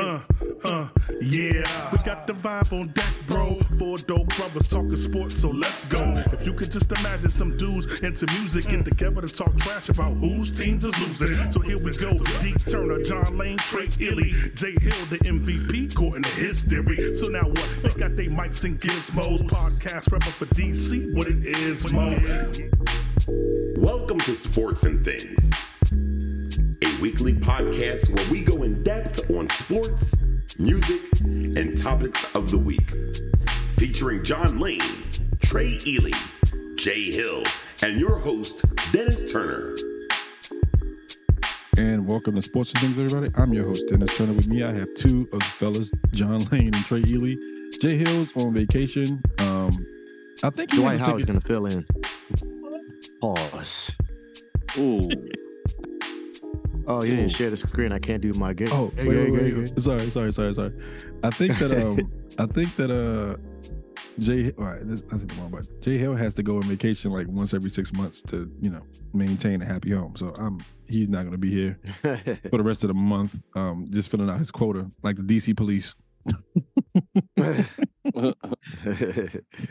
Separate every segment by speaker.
Speaker 1: Uh, uh, yeah. We got the vibe on deck, bro. Four dope brothers talking sports, so let's go. If you could just imagine some dudes into music get together to talk trash about whose teams is losing. So here we go. Deep Turner, John Lane, Trey Illy, Jay Hill, the MVP, according to his theory. So now what? They got they mics and gizmos. Podcast rapper for DC, what it is, mo.
Speaker 2: Welcome to Sports and Things, a weekly podcast where we go in depth on sports, music, and topics of the week. Featuring John Lane, Trey Ely, Jay Hill, and your host, Dennis Turner.
Speaker 3: And welcome to Sports and Things, everybody. I'm your host, Dennis Turner. With me, I have two of the fellas, John Lane and Trey Ely. Jay Hill's on vacation. Um, I think he
Speaker 4: Dwight
Speaker 3: had a
Speaker 4: Howard's
Speaker 3: ticket-
Speaker 4: gonna fill in. Pause.
Speaker 5: Ooh,
Speaker 4: Oh, you
Speaker 3: Ooh.
Speaker 4: didn't share the screen. I can't do my game.
Speaker 3: Oh, wait, wait, wait, wait. sorry, sorry, sorry, sorry. I think that um, I think that uh, Jay, all right, this- I think the wrong button. Jay Hill has to go on vacation like once every six months to you know maintain a happy home. So I'm he's not going to be here for the rest of the month. Um, just filling out his quota like the DC police.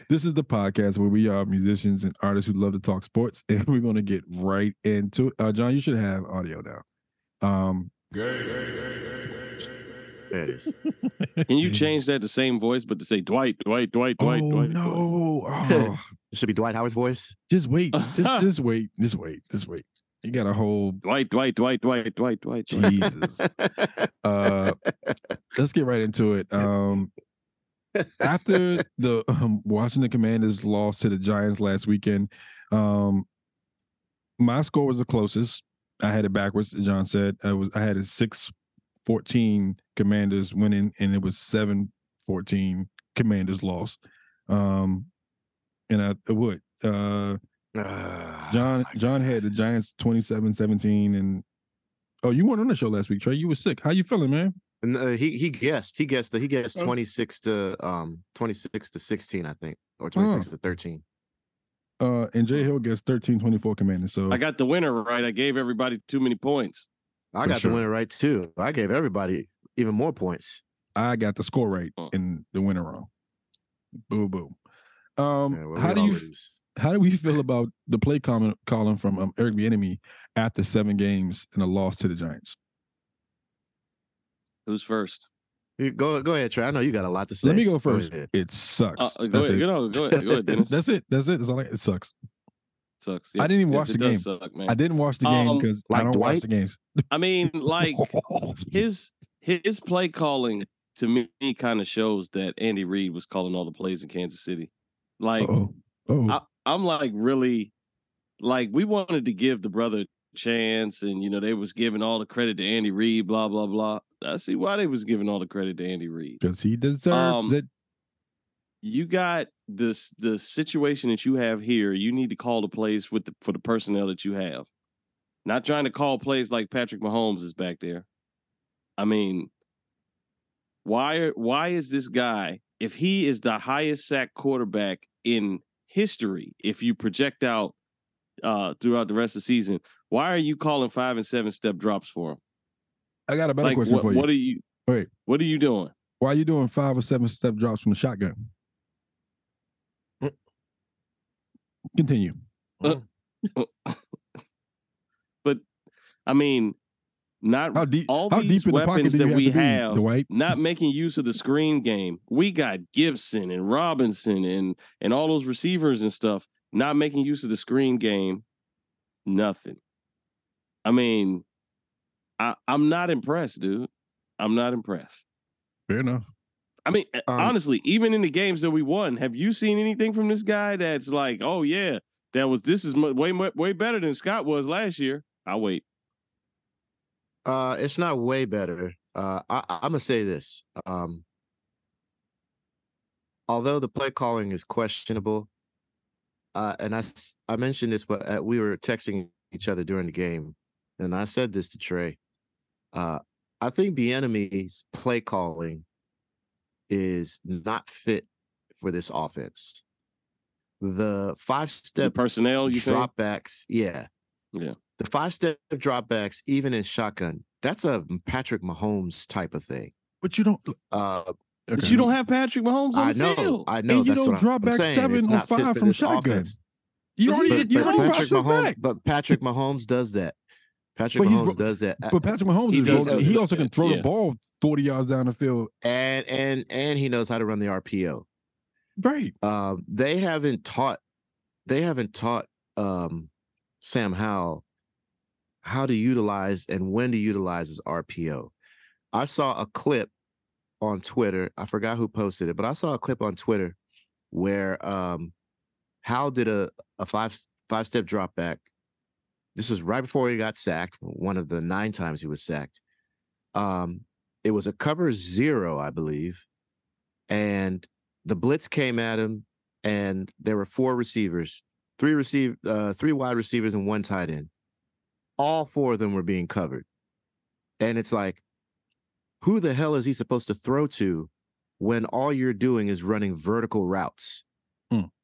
Speaker 3: This is the podcast where we are musicians and artists who love to talk sports, and we're going to get right into it. Uh, John, you should have audio now. Um,
Speaker 4: there it is.
Speaker 5: can you change that to same voice, but to say Dwight, Dwight, Dwight, Dwight,
Speaker 3: Mm-hmm. oh
Speaker 5: Dwight? Dwight.
Speaker 3: no! Oh,
Speaker 4: It should be Dwight Howard's voice.
Speaker 3: just wait, just just wait, just wait, just wait. You got a whole
Speaker 5: Dwight, Dwight, Dwight, Dwight, Dwight, Dwight. Dwight.
Speaker 3: Jesus. uh, let's get right into it. Um, after the um, Washington Commanders lost to the Giants last weekend, um, my score was the closest. I had it backwards. as John said I was I had a six fourteen Commanders winning, and it was seven fourteen Commanders lost. Um, and I, I would. Uh,
Speaker 4: Ah,
Speaker 3: John
Speaker 4: my
Speaker 3: John had the Giants 27-17 and oh you weren't on the show last week Trey you were sick how you feeling man
Speaker 4: And, uh, he he guessed. He guessed that he guessed
Speaker 3: Oh.
Speaker 4: twenty six to um twenty six to sixteen, I think,
Speaker 3: Oh.
Speaker 4: or twenty six to thirteen.
Speaker 3: uh and Jay Hill gets 13-24 commanders so
Speaker 5: Uh-huh. I got the winner right. I gave everybody too many points.
Speaker 4: I
Speaker 3: For
Speaker 4: got
Speaker 3: sure.
Speaker 4: the winner right too. I gave everybody even more points.
Speaker 3: I got the score right
Speaker 5: Mm.
Speaker 3: and the winner wrong boo boo um
Speaker 4: Yeah, well,
Speaker 3: how
Speaker 4: we
Speaker 3: do
Speaker 4: all
Speaker 3: you
Speaker 4: lose.
Speaker 3: how do we feel about the play comment calling from um, Eric Bieniemy after seven games and a loss to the Giants
Speaker 5: Who's first?
Speaker 4: You go go ahead, Trey? I know you got a lot to say.
Speaker 3: let me go first
Speaker 4: ahead.
Speaker 3: it sucks
Speaker 5: Uh, go,
Speaker 3: that's,
Speaker 5: ahead,
Speaker 3: it.
Speaker 5: go, ahead, go ahead. Go ahead. Dennis.
Speaker 3: that's it that's it that's all I, it sucks
Speaker 5: sucks.
Speaker 3: I didn't even watch
Speaker 5: it
Speaker 3: the
Speaker 5: does Suck, man.
Speaker 3: I
Speaker 5: I,
Speaker 3: didn't watch the game
Speaker 5: Um,
Speaker 3: because I
Speaker 4: like
Speaker 3: don't watch
Speaker 4: Dwight?
Speaker 3: the games
Speaker 5: mean, like his his play calling to me kind of shows that Andy Reid was calling all the plays in Kansas City. Like
Speaker 3: oh oh
Speaker 5: I, I'm like really like we wanted to give the brother a chance and you know they was giving all the credit to Andy Reid, blah blah blah. I see why they was giving all the credit to Andy Reid.
Speaker 3: because he deserves
Speaker 5: Um,
Speaker 3: it.
Speaker 5: You got this the situation that you have here, you need to call the plays with the, for the personnel that you have. Not trying to call plays like Patrick Mahomes is back there. I mean, why are- why is this guy if he is the highest sack quarterback in history if you project out uh throughout the rest of the season why are you calling five and seven step drops for him
Speaker 3: I got a better
Speaker 5: like
Speaker 3: question
Speaker 5: what,
Speaker 3: for you.
Speaker 5: what are you
Speaker 3: Wait.
Speaker 5: what are you doing
Speaker 3: Why are you doing five or seven step drops from the shotgun?
Speaker 4: Mm.
Speaker 3: Continue.
Speaker 5: i mean not
Speaker 3: How deep?
Speaker 5: all
Speaker 3: how
Speaker 5: these
Speaker 3: deep in the pocket
Speaker 5: weapons
Speaker 3: do
Speaker 5: that
Speaker 3: you have
Speaker 5: we
Speaker 3: to be,
Speaker 5: have-
Speaker 3: Dwight?
Speaker 5: not making use of the screen game. We got Gibson and Robinson and and all those receivers and stuff not making use of the screen game. Nothing. I mean, I I'm not impressed, dude. I'm not impressed.
Speaker 3: Fair enough.
Speaker 5: I mean,
Speaker 4: Um,
Speaker 5: honestly, even in the games that we won, have you seen anything from this guy that's like, oh yeah, that was this is mu- way mu- way better than Scott was last year? I wait.
Speaker 4: Uh, it's not way better. Uh, I, I'm gonna say this. Um, although the play calling is questionable, uh, and I s- I mentioned this, but uh, we were texting each other during the game, and I said this to Trey. Uh, I think the enemy's play calling is not fit for this offense. The five
Speaker 5: The
Speaker 4: step
Speaker 5: personnel Oh, you think?
Speaker 4: dropbacks. Yeah.
Speaker 5: Yeah.
Speaker 4: The five step dropbacks, even in shotgun, that's a Patrick Mahomes type of thing.
Speaker 3: But you don't.
Speaker 4: Uh,
Speaker 5: But
Speaker 3: okay.
Speaker 5: you don't have Patrick Mahomes on
Speaker 4: I
Speaker 5: the
Speaker 4: know,
Speaker 5: field.
Speaker 4: I know.
Speaker 3: And you
Speaker 4: that's
Speaker 3: don't
Speaker 4: what
Speaker 3: drop
Speaker 4: I'm
Speaker 3: back
Speaker 4: saying.
Speaker 3: seven
Speaker 4: It's
Speaker 3: or
Speaker 4: not fit
Speaker 3: five
Speaker 4: for
Speaker 3: from
Speaker 4: this
Speaker 3: shotgun.
Speaker 4: offense.
Speaker 3: You already
Speaker 5: But-
Speaker 3: hit.
Speaker 5: but
Speaker 3: You already
Speaker 4: Patrick
Speaker 3: rushed it
Speaker 4: Mahomes,
Speaker 3: back.
Speaker 4: but Patrick Mahomes does that. Patrick
Speaker 3: But he's
Speaker 4: Mahomes
Speaker 3: ro-
Speaker 4: does that,
Speaker 3: But Patrick Mahomes,
Speaker 5: uh, He
Speaker 3: he,
Speaker 5: does
Speaker 3: he
Speaker 5: that.
Speaker 3: also can throw
Speaker 5: Yeah.
Speaker 3: the ball forty yards down the field.
Speaker 4: and and and he knows how to run the RPO.
Speaker 3: Right.
Speaker 4: Um, they haven't taught, they haven't taught um, Sam Howell how to utilize and when to utilize his RPO. I saw a clip on Twitter. I forgot who posted it, but I saw a clip on Twitter where um, Howell did a a five five step drop back. This was right before he got sacked. One of the nine times he was sacked. Um, it was a cover zero, I believe, and the blitz came at him, and there were four receivers, three receive, uh, three wide receivers, and one tight end. All four of them were being covered, and it's like, who the hell is he supposed to throw to when all you're doing is running vertical routes?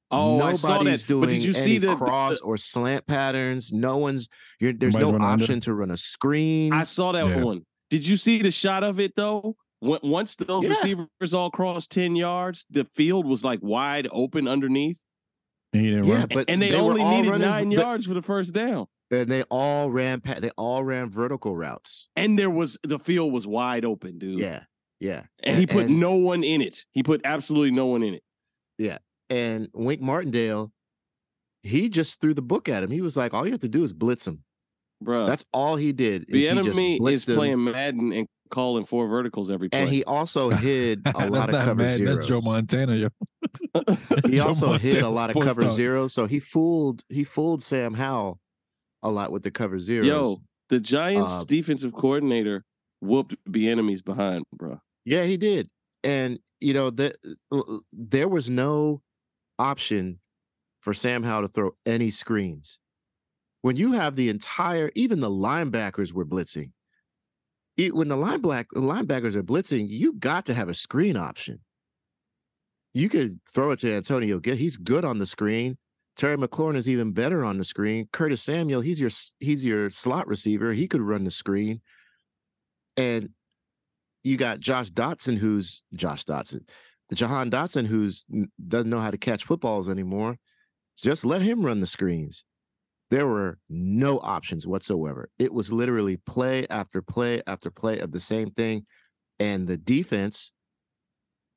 Speaker 5: oh,
Speaker 4: Nobody's
Speaker 5: I saw that.
Speaker 4: doing
Speaker 5: but did you
Speaker 4: any
Speaker 5: see the
Speaker 4: cross or slant patterns. No one's. You're, there's
Speaker 3: Nobody's
Speaker 4: no
Speaker 3: running under.
Speaker 4: option to run a screen.
Speaker 5: I saw that
Speaker 3: Yeah.
Speaker 5: one. Did you see the shot of it though? When- Once those
Speaker 4: Yeah.
Speaker 5: receivers all crossed ten yards, the field was like wide open underneath,
Speaker 3: And he didn't
Speaker 4: yeah,
Speaker 3: run.
Speaker 4: but
Speaker 5: and they,
Speaker 4: were
Speaker 5: only
Speaker 4: all
Speaker 5: needed
Speaker 4: running-
Speaker 5: nine
Speaker 4: the-
Speaker 5: yards for the first down.
Speaker 4: And they all ran. Pa- they all ran vertical routes.
Speaker 5: And there was the field was wide open, dude.
Speaker 4: Yeah, yeah,
Speaker 5: and he put
Speaker 4: and-
Speaker 5: no one in it. He put absolutely no one in it.
Speaker 4: and Wink Martindale, he just threw the book at him. He was like, "All you have to do is blitz him."
Speaker 5: Bro,
Speaker 4: That's all he did. Is
Speaker 5: Uh, the
Speaker 4: he just
Speaker 5: enemy
Speaker 4: blitzed
Speaker 5: is
Speaker 4: him,
Speaker 5: playing Madden and calling four verticals every play.
Speaker 4: and he also hid a lot of cover zeros.
Speaker 3: That's Joe Montana. Yo.
Speaker 4: he
Speaker 3: Joe
Speaker 4: also hit a
Speaker 3: Montana
Speaker 4: lot of
Speaker 3: sports
Speaker 4: cover
Speaker 3: talk.
Speaker 4: zeros, so he fooled he fooled Sam Howell a lot with the cover zeros.
Speaker 5: Yo, the Giants
Speaker 4: Uh,
Speaker 5: defensive coordinator whooped the enemies behind, bro.
Speaker 4: Yeah, he did. And you know that there was no option for Sam Howell to throw any screens. When you have the entire, even the linebackers were blitzing. E- When the lineback, linebackers are blitzing, you got to have a screen option. You could throw it to Antonio. Gib- He's good on the screen. Terry McLaurin is even better on the screen. Curtis Samuel, he's your s- he's your slot receiver. He could run the screen. And you got Josh Dotson, who's Josh Dotson, Jahan Dotson, who's n- doesn't know how to catch footballs anymore. Just let him run the screens. There were no options whatsoever. It was literally play after play after play of the same thing. And the defense,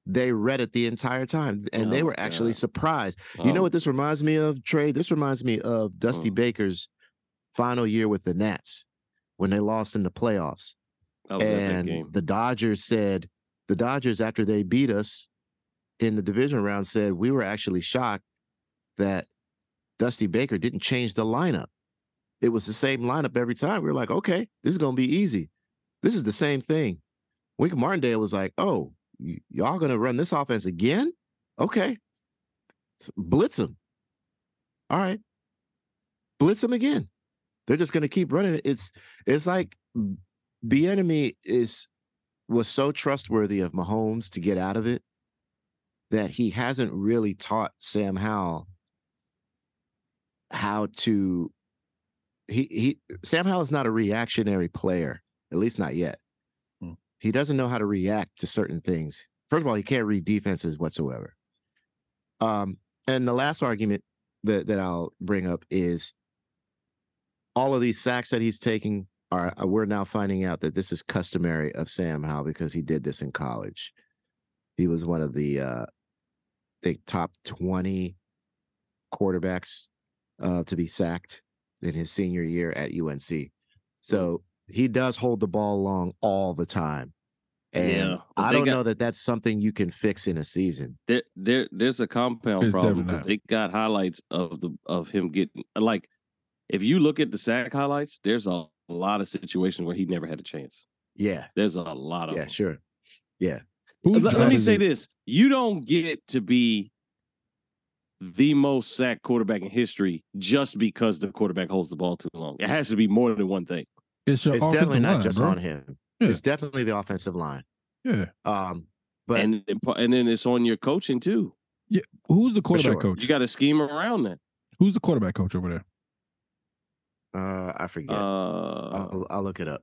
Speaker 4: they read it the entire time. And
Speaker 5: Oh
Speaker 4: they
Speaker 5: my
Speaker 4: were actually
Speaker 5: God.
Speaker 4: surprised. You know
Speaker 5: Oh,
Speaker 4: what this reminds me of, Trey? This reminds me of Dusty
Speaker 5: Mm.
Speaker 4: Baker's final year with the Nats when they lost in the playoffs
Speaker 5: I love that game.
Speaker 4: and the Dodgers said the Dodgers after they beat us in the division round said we were actually shocked that Dusty Baker didn't change the lineup. It was the same lineup every time. We were like, okay, this is gonna be easy. This is the same thing. Wink Martindale was like, oh, y- y'all gonna run this offense again? Okay, blitz them. All right, blitz them again. They're just gonna keep running. it. It's it's like the enemy is was so trustworthy of Mahomes to get out of it that he hasn't really taught Sam Howell how to he he Sam Howell is not a reactionary player, at least not yet.
Speaker 3: Hmm.
Speaker 4: He doesn't know how to react to certain things. First of all, he can't read defenses whatsoever. Um, and the last argument that that I'll bring up is all of these sacks that he's taking are uh, we're now finding out that this is customary of Sam Howell because he did this in college. He was one of the uh I think top 20 quarterbacks uh to be sacked in his senior year at UNC. So
Speaker 5: Hmm.
Speaker 4: he does hold the ball long all the time. And
Speaker 5: Yeah, but
Speaker 4: I
Speaker 5: they
Speaker 4: don't
Speaker 5: got-
Speaker 4: know that that's something you can fix in a season.
Speaker 5: There, there, there's a compound
Speaker 3: It's
Speaker 5: problem
Speaker 3: definitely
Speaker 5: because
Speaker 3: not.
Speaker 5: they got highlights of the of him getting like. If you look at the sack highlights, there's a lot of situations where he never had a chance.
Speaker 4: Yeah.
Speaker 5: There's a lot of
Speaker 4: Yeah,
Speaker 5: them.
Speaker 4: sure.
Speaker 3: Who's
Speaker 5: Let, let me
Speaker 3: driving
Speaker 5: say
Speaker 3: it?
Speaker 5: this: you don't get to be the most sacked quarterback in history just because the quarterback holds the ball too long. It has to be more than one thing.
Speaker 3: It's, your
Speaker 4: It's definitely
Speaker 3: offensive
Speaker 4: not
Speaker 3: line,
Speaker 4: just
Speaker 3: bro.
Speaker 4: on him.
Speaker 3: Yeah.
Speaker 4: It's definitely the offensive line.
Speaker 3: Yeah.
Speaker 4: Um but
Speaker 5: and and then it's on your coaching too.
Speaker 3: Who's the quarterback
Speaker 4: sure.
Speaker 3: coach?
Speaker 5: You got to scheme around that.
Speaker 3: Who's the quarterback coach over there?
Speaker 4: uh I forget.
Speaker 5: Uh,
Speaker 4: I'll, I'll look it up.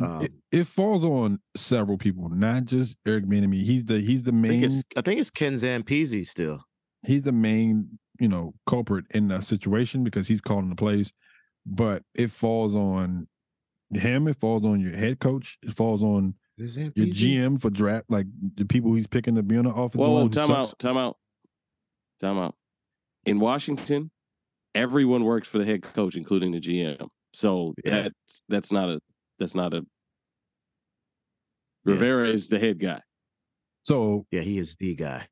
Speaker 4: Um,
Speaker 3: it, it falls on several people, not just Eric Bieniemy. He's the he's the
Speaker 4: I think
Speaker 3: main
Speaker 4: it's I think it's Ken Zampezi still.
Speaker 3: he's the main you know culprit in the situation because he's calling the plays, but it falls on him. It falls on your head coach. It falls on
Speaker 4: Is
Speaker 3: your GM for draft, like the people he's picking to be on the offensive
Speaker 5: Whoa, whoa,
Speaker 3: line. who
Speaker 5: time
Speaker 3: sucks.
Speaker 5: out, time out, time out. In Washington, everyone works for the head coach, including the GM. So
Speaker 4: Yeah.
Speaker 5: that's that's not a that's not a.
Speaker 4: Yeah.
Speaker 5: Rivera is the head guy.
Speaker 3: So
Speaker 4: Yeah, he is the guy.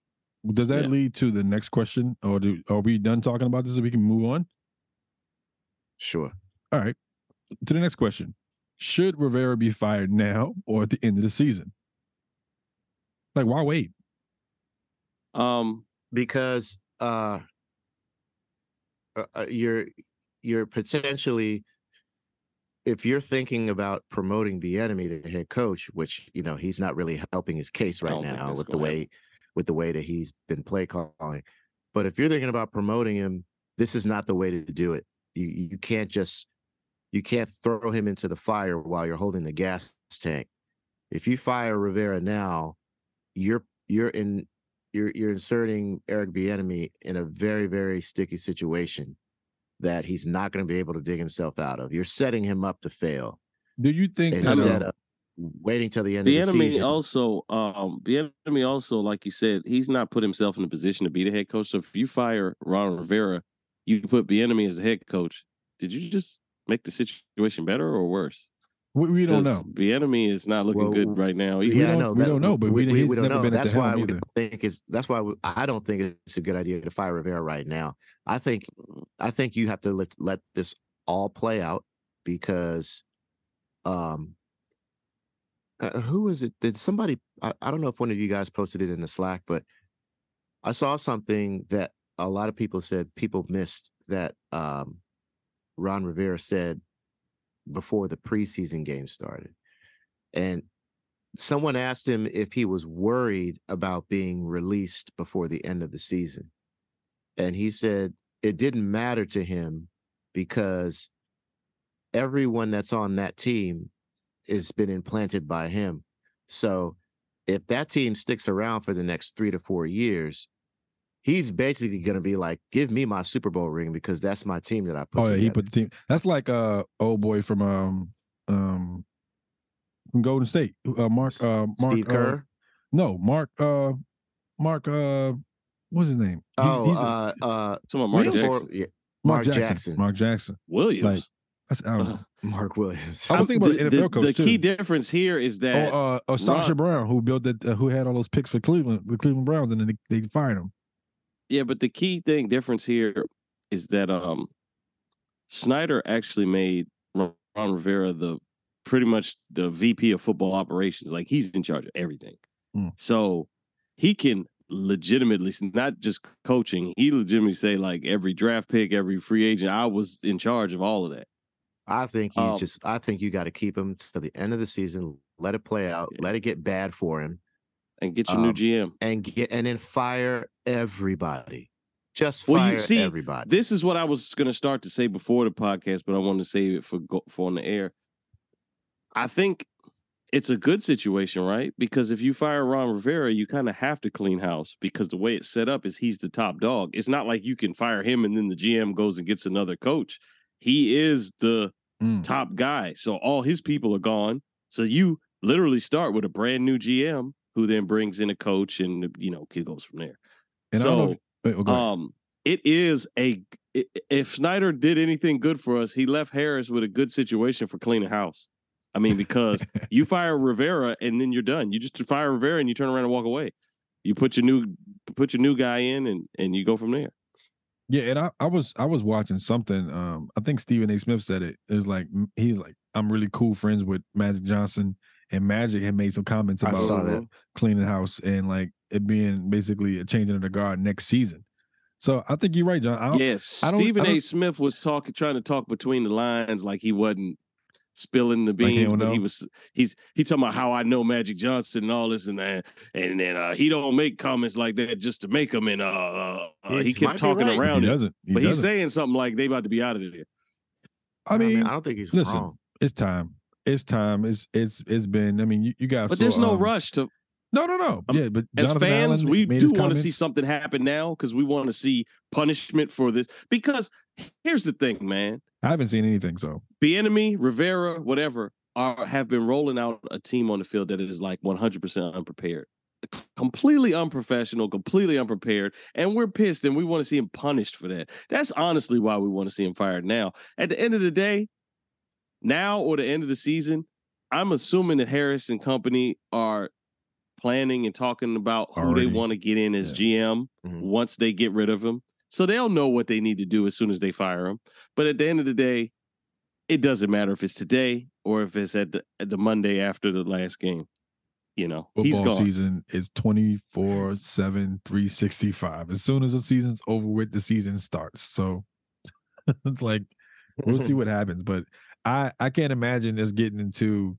Speaker 3: does that
Speaker 5: Yeah.
Speaker 3: lead to the next question, or do are we done talking about this? So we can move on.
Speaker 4: Sure.
Speaker 3: All right. To the next question. Should Rivera be fired now or at the end of the season? Like, why wait?
Speaker 5: Um,
Speaker 4: because uh, uh uh, you're you're potentially if you're thinking about promoting the enemy to head coach which you know he's not really helping his case
Speaker 5: I
Speaker 4: right
Speaker 5: don't think
Speaker 4: now
Speaker 5: that's
Speaker 4: with the
Speaker 5: gonna
Speaker 4: way
Speaker 5: happen.
Speaker 4: with the way that he's been play calling but if you're thinking about promoting him this is not the way to do it you you can't just you can't throw him into the fire while you're holding the gas tank if you fire Rivera now you're you're in you're you're inserting Eric Bieniemy in a very very sticky situation that he's not going to be able to dig himself out of. You're setting him up to fail
Speaker 3: Do you think that,
Speaker 4: instead
Speaker 3: uh,
Speaker 4: of waiting till the end
Speaker 5: the
Speaker 4: of the
Speaker 5: enemy
Speaker 4: season.
Speaker 5: also, um, the enemy also, like you said, he's not put himself in a position to be the head coach. So if you fire Ron Rivera, you put the enemy as the head coach. Did you just make the situation better or worse?
Speaker 3: we, we don't know?
Speaker 5: The enemy is not looking
Speaker 4: Well,
Speaker 5: good right now.
Speaker 3: we
Speaker 5: either.
Speaker 3: Yeah. don't- we don't know, but we- he's never been at
Speaker 4: that's
Speaker 3: the
Speaker 4: why
Speaker 3: helm
Speaker 4: we
Speaker 3: either.
Speaker 4: think it's that's why we, I don't think it's a good idea to fire Rivera right now. I think I think you have to let let this all play out because, um, uh, who is it? Did somebody? I, I don't know if one of you guys posted it in the Slack, but I saw something that a lot of people said people missed that um, Ron Rivera said before the preseason game started, and someone asked him if he was worried about being released before the end of the season. And he said it didn't matter to him because everyone that's on that team has been implanted by him. So if that team sticks around for the next three to four years, he's basically going to be like, give me my Super Bowl ring because that's my team that I put
Speaker 3: Oh yeah, he
Speaker 4: together."
Speaker 3: put the team. That's like uh old boy from um um from Golden State. Uh, Mark uh Mark
Speaker 4: Steve
Speaker 3: uh,
Speaker 4: Kerr.
Speaker 3: no, Mark uh Mark uh what's his name? He-
Speaker 4: oh,
Speaker 3: he's a-
Speaker 4: uh, uh,
Speaker 5: Someone, Mark
Speaker 3: Williams?
Speaker 5: Jackson.
Speaker 4: or- yeah, Mark Jackson.
Speaker 3: Mark Jackson.
Speaker 5: Williams.
Speaker 3: Like, That's I don't know.
Speaker 4: Mark Williams.
Speaker 5: Oh,
Speaker 3: I was thinking about
Speaker 5: Uh-huh. the,
Speaker 3: an
Speaker 5: the-
Speaker 3: NFL coach,
Speaker 5: the key
Speaker 3: too.
Speaker 5: difference here is
Speaker 3: Oh,
Speaker 5: that
Speaker 3: uh, uh, Sasha
Speaker 5: Ron-
Speaker 3: Brown, who built that, uh, who had all those picks for Cleveland, the Cleveland Browns, and then they, they fired him.
Speaker 5: yeah, but the key thing difference here is that um Snyder actually made Ron Rivera the pretty much the VP of football operations. Like he's in charge of everything.
Speaker 3: Mm.
Speaker 5: So he can legitimately not just coaching, he legitimately say like every draft pick, every free agent, I was in charge of all of that.
Speaker 4: I think you
Speaker 5: Um,
Speaker 4: just I think you got to keep him to the end of the season, let it play out,
Speaker 5: Yeah.
Speaker 4: let it get bad for him,
Speaker 5: And get your
Speaker 4: Um,
Speaker 5: new GM.
Speaker 4: and get and then fire everybody. Just fire
Speaker 5: Well, you see,
Speaker 4: everybody.
Speaker 5: This is what I was going to start to say before the podcast, but I want to save it for go, for on the air. I think it's a good situation, right? Because if you fire Ron Rivera, you kind of have to clean house because the way it's set up is he's the top dog. It's not like you can fire him and then the GM goes and gets another coach. He is the
Speaker 3: Mm.
Speaker 5: top guy. So all his people are gone. So you literally start with a brand new GM who then brings in a coach and you know, kid goes from there.
Speaker 3: And I don't know
Speaker 5: so-
Speaker 3: if, wait, well, go ahead.
Speaker 5: Um, it is a i- if Snyder did anything good for us, he left Harris with a good situation for cleaning house. I mean, because you fire Rivera and then you're done. You just fire Rivera and you turn around and walk away. You put your new put your new guy in and and you go from there.
Speaker 3: Yeah, and I, I was I was watching something. Um, I think Stephen A. Smith said it. It was like m- he's like I'm really cool friends with Magic Johnson, and Magic had made some comments
Speaker 4: I
Speaker 3: about
Speaker 4: saw that.
Speaker 3: cleaning house and like it being basically a changing of the guard next season. So I think you're right, John. I don't,
Speaker 5: Yes,
Speaker 3: I don't- I
Speaker 5: Stephen A.
Speaker 3: don't-
Speaker 5: Smith was talking, trying to talk between the lines, like he wasn't spilling the
Speaker 3: Like he
Speaker 5: beans,
Speaker 3: don't
Speaker 5: but he
Speaker 3: know?
Speaker 5: was. He's he talking about how I know Magic Johnson and all this and that, and then uh, he don't make comments like that just to make them, and uh, uh, uh, he
Speaker 4: Yes, might
Speaker 5: kept
Speaker 4: be
Speaker 5: talking
Speaker 4: right.
Speaker 5: around
Speaker 3: he
Speaker 5: it,
Speaker 3: doesn't. He
Speaker 5: e but he's
Speaker 3: doesn't.
Speaker 5: saying something like they about to be out of there.
Speaker 3: I mean,
Speaker 4: I don't think he's
Speaker 3: listen,
Speaker 4: wrong.
Speaker 3: it's time. it's time. It's it's it's been. I mean, you, you guys.
Speaker 5: But
Speaker 3: saw,
Speaker 5: there's no
Speaker 3: um,
Speaker 5: rush to
Speaker 3: No, no, no.
Speaker 5: Um,
Speaker 3: yeah, but
Speaker 5: as
Speaker 3: Jonathan
Speaker 5: fans,
Speaker 3: Allen
Speaker 5: we
Speaker 3: made
Speaker 5: do
Speaker 3: his
Speaker 5: want to
Speaker 3: comments.
Speaker 5: see something happen now because we want to see punishment for this. Because here's the thing, man.
Speaker 3: I haven't seen anything, so
Speaker 5: Bienemy, Rivera, whatever, are have been rolling out a team on the field that is like 100% unprepared. Completely unprofessional, completely unprepared, and we're pissed and we want to see him punished for that. That's honestly why we want to see him fired now. At the end of the day, now or the end of the season, I'm assuming that Harris and company are planning and talking about who
Speaker 3: Already.
Speaker 5: they want to get in as GM
Speaker 4: Mhm.
Speaker 5: once they get rid of him. So they'll know what they need to do as soon as they fire him. But at the end of the day, it doesn't matter if it's today or if it's at the, at the Monday after the last game. You know, he's
Speaker 3: football
Speaker 5: gone.
Speaker 3: season is 24 7 365 as soon as the season's over with the season starts so it's like we'll
Speaker 5: Hmm.
Speaker 3: see what happens but i i can't imagine this getting into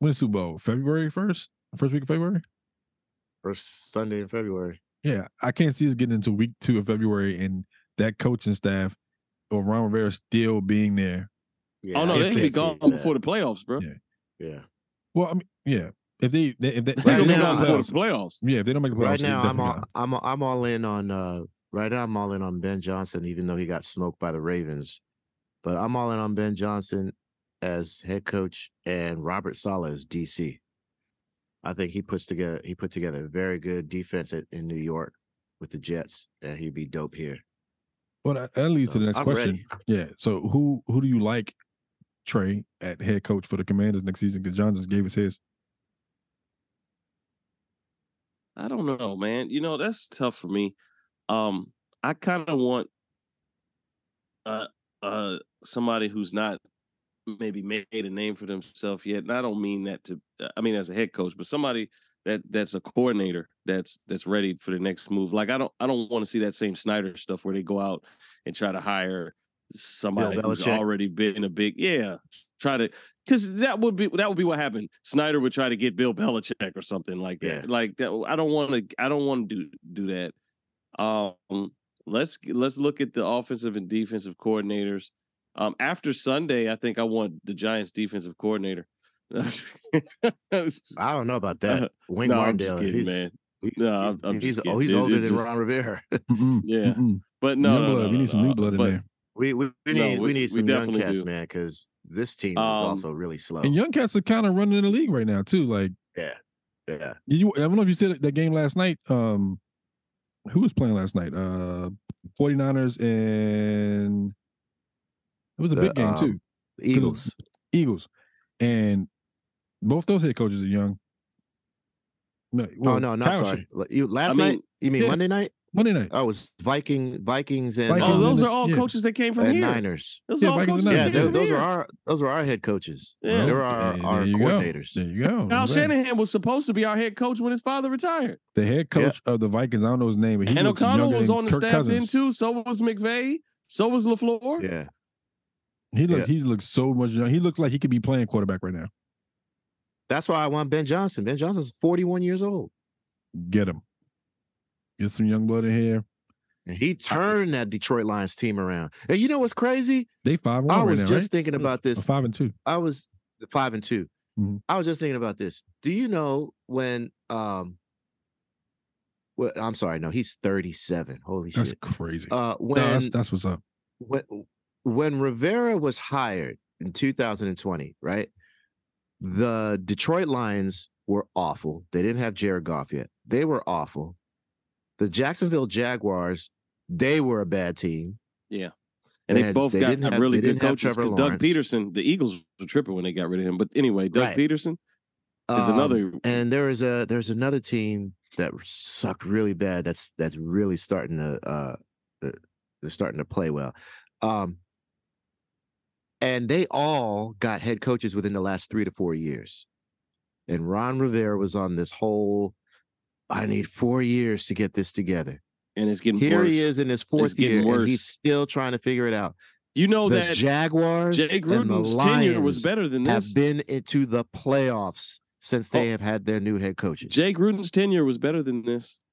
Speaker 3: when is super bowl february 1st first week of february
Speaker 4: First Sunday in February.
Speaker 3: yeah i can't see us getting into week two of february and that coaching staff or ron rivera still being there
Speaker 4: Yeah,
Speaker 5: oh no,
Speaker 4: I
Speaker 5: they
Speaker 3: if
Speaker 5: could
Speaker 3: they
Speaker 4: can't
Speaker 5: be
Speaker 4: see
Speaker 5: gone
Speaker 4: that.
Speaker 5: before the playoffs, bro.
Speaker 3: Yeah.
Speaker 4: Yeah.
Speaker 3: well i mean yeah if they, they if they,
Speaker 5: They could be
Speaker 4: now,
Speaker 5: gone
Speaker 4: I'm-
Speaker 5: before the playoffs.
Speaker 3: yeah if they don't make the playoffs
Speaker 4: Right
Speaker 3: they're
Speaker 4: now, I'm
Speaker 3: definitely
Speaker 4: all,
Speaker 3: out.
Speaker 4: I'm I'm all in on uh right now I'm all in on Ben Johnson, even though he got smoked by the Ravens. But I'm all in on Ben Johnson as head coach and Robert Sala as DC. I think he puts together he put together a very good defense at, in New York with the Jets, and he'd be dope here.
Speaker 3: Well, that, that leads to the
Speaker 4: So,
Speaker 3: next
Speaker 4: I'm
Speaker 3: question.
Speaker 4: ready.
Speaker 3: Yeah. So who who do you like, Trey, at head coach for the Commanders next season? Because John just gave us his.
Speaker 5: I don't know, man. You know, that's tough for me. Um, I kind of want uh uh somebody who's not maybe made a name for themselves yet. And I don't mean that to uh, I mean as a head coach, but somebody that that's a coordinator that's that's ready for the next move. Like I don't I don't want to see that same Snyder stuff where they go out and try to hire somebody who's
Speaker 4: Belichick.
Speaker 5: already been a big yeah. Try to because that would be that would be what happened. Snyder would try to get Bill Belichick or something like that.
Speaker 4: Yeah.
Speaker 5: Like that. I don't want to. I don't want to do do that. Um, let's let's look at the offensive and defensive coordinators. Um, after Sunday, I think I want the Giants defensive coordinator.
Speaker 4: I don't know about that.
Speaker 5: Uh,
Speaker 4: Wayne
Speaker 5: no, I'm
Speaker 4: Martindale,
Speaker 5: just kidding,
Speaker 4: he's,
Speaker 5: man.
Speaker 4: he-
Speaker 5: No, I'm-
Speaker 4: he's,
Speaker 5: I'm just
Speaker 4: he's, oh,
Speaker 5: kidding.
Speaker 4: he's
Speaker 5: It-
Speaker 4: older
Speaker 5: it
Speaker 4: than
Speaker 5: just-
Speaker 4: Ron Rivera.
Speaker 3: Mm-mm,
Speaker 5: Yeah,
Speaker 3: mm-mm.
Speaker 5: but no,
Speaker 3: young
Speaker 5: no, no,
Speaker 3: blood.
Speaker 5: no,
Speaker 3: we need some
Speaker 5: no,
Speaker 3: new blood
Speaker 5: but-
Speaker 3: in there.
Speaker 4: we, we we
Speaker 5: No,
Speaker 4: need
Speaker 5: we-
Speaker 4: we, need
Speaker 5: we
Speaker 4: some young
Speaker 5: definitely
Speaker 4: cats,
Speaker 5: do.
Speaker 4: man, because this team is
Speaker 5: Um,
Speaker 4: also really slow.
Speaker 3: And young cats are kind of running in the league right now too. Like
Speaker 4: yeah,
Speaker 3: you, I don't know if you said that game last night. Um, who was playing last night? Uh, 49ers and it was a
Speaker 4: The,
Speaker 3: big game too.
Speaker 4: um, Eagles.
Speaker 3: Eagles, and both those head coaches are young. No, Uh,
Speaker 4: oh
Speaker 3: well,
Speaker 4: no, no, I'm
Speaker 3: Kyle
Speaker 4: sorry.
Speaker 3: Shan-
Speaker 4: Like, You last
Speaker 5: I mean-
Speaker 4: night? You mean
Speaker 3: Yeah.
Speaker 4: Monday night?
Speaker 3: Monday night.
Speaker 4: Oh, it was Viking, Vikings, and,
Speaker 3: Vikings
Speaker 5: Oh,
Speaker 4: um,
Speaker 3: and
Speaker 5: those
Speaker 3: the-
Speaker 5: are all
Speaker 3: yeah.
Speaker 5: coaches that came from
Speaker 4: and
Speaker 5: here.
Speaker 4: Niners.
Speaker 5: Those
Speaker 3: Yeah,
Speaker 5: are all
Speaker 3: Vikings
Speaker 5: coaches
Speaker 3: and
Speaker 5: that
Speaker 4: Yeah,
Speaker 3: Niners.
Speaker 5: came
Speaker 4: tho-
Speaker 5: from
Speaker 4: those
Speaker 5: here.
Speaker 4: are our those are our head coaches.
Speaker 5: Yeah.
Speaker 4: They were our,
Speaker 3: Oh, There-
Speaker 4: our
Speaker 3: there you go.
Speaker 4: coordinators.
Speaker 3: There you go.
Speaker 5: Kyle
Speaker 3: Right.
Speaker 5: Shanahan was supposed to be our head coach when his father retired.
Speaker 3: the head
Speaker 4: Yeah.
Speaker 3: coach of the Vikings. I don't know his name, but he
Speaker 5: and
Speaker 3: looks
Speaker 5: O'Connell
Speaker 3: younger
Speaker 5: was
Speaker 3: than
Speaker 5: on the
Speaker 3: Kirk
Speaker 5: staff
Speaker 3: Cousins.
Speaker 5: then too. So was McVay. So was LaFleur.
Speaker 4: Yeah,
Speaker 3: He looked
Speaker 4: Yeah.
Speaker 3: he looks so much young. He looks like he could be playing quarterback right now.
Speaker 4: that's why I want Ben Johnson. Ben Johnson's 41 years old,
Speaker 3: Get him. Get some young blood in here.
Speaker 4: and he turned that Detroit Lions team around. And you know what's crazy?
Speaker 3: They five one
Speaker 4: I
Speaker 3: right
Speaker 4: was
Speaker 3: now,
Speaker 4: just
Speaker 3: right?
Speaker 4: thinking
Speaker 3: Mm.
Speaker 4: about
Speaker 3: Or
Speaker 4: this.
Speaker 3: five and two.
Speaker 4: I was five and 2
Speaker 3: Mhm.
Speaker 4: I was just thinking about this. Do you know when? um well, I'm sorry. No, he's 37. Holy
Speaker 3: That's
Speaker 4: shit.
Speaker 3: crazy.
Speaker 4: Uh, when
Speaker 3: no, that's, that's what's up.
Speaker 4: when when Rivera was hired in 2020, right? The Detroit Lions were awful. They didn't have Jared Goff yet. They were awful. The Jacksonville Jaguars, they were a bad team.
Speaker 5: And they
Speaker 4: They had-
Speaker 5: both
Speaker 4: they
Speaker 5: got
Speaker 4: didn't have-
Speaker 5: really
Speaker 4: they
Speaker 5: good
Speaker 4: didn't have
Speaker 5: coaches
Speaker 4: Trevor
Speaker 5: because Doug
Speaker 4: Lawrence.
Speaker 5: Peterson, the Eagles were tripping when they got rid of him. But anyway, Doug
Speaker 4: Right.
Speaker 5: Peterson is
Speaker 4: Um,
Speaker 5: another.
Speaker 4: And there is a there's another team that sucked really bad. That's that's really starting to uh uh, they're starting to play well. Um and they all got head coaches within the last three to four years. And Ron Rivera was on this whole I need four years to get this together.
Speaker 5: And it's getting
Speaker 4: Here
Speaker 5: worse.
Speaker 4: he is in his fourth
Speaker 5: getting
Speaker 4: year, and
Speaker 5: worse.
Speaker 4: he's still trying to figure it out.
Speaker 5: You know
Speaker 4: the
Speaker 5: that
Speaker 4: Jaguars
Speaker 5: Jay
Speaker 4: and the
Speaker 5: Gruden's tenure
Speaker 4: Lions
Speaker 5: was better than
Speaker 4: have
Speaker 5: this.
Speaker 4: been into the playoffs since they
Speaker 5: Oh.
Speaker 4: have had their new head coaches.
Speaker 5: Jay Gruden's tenure was better than this.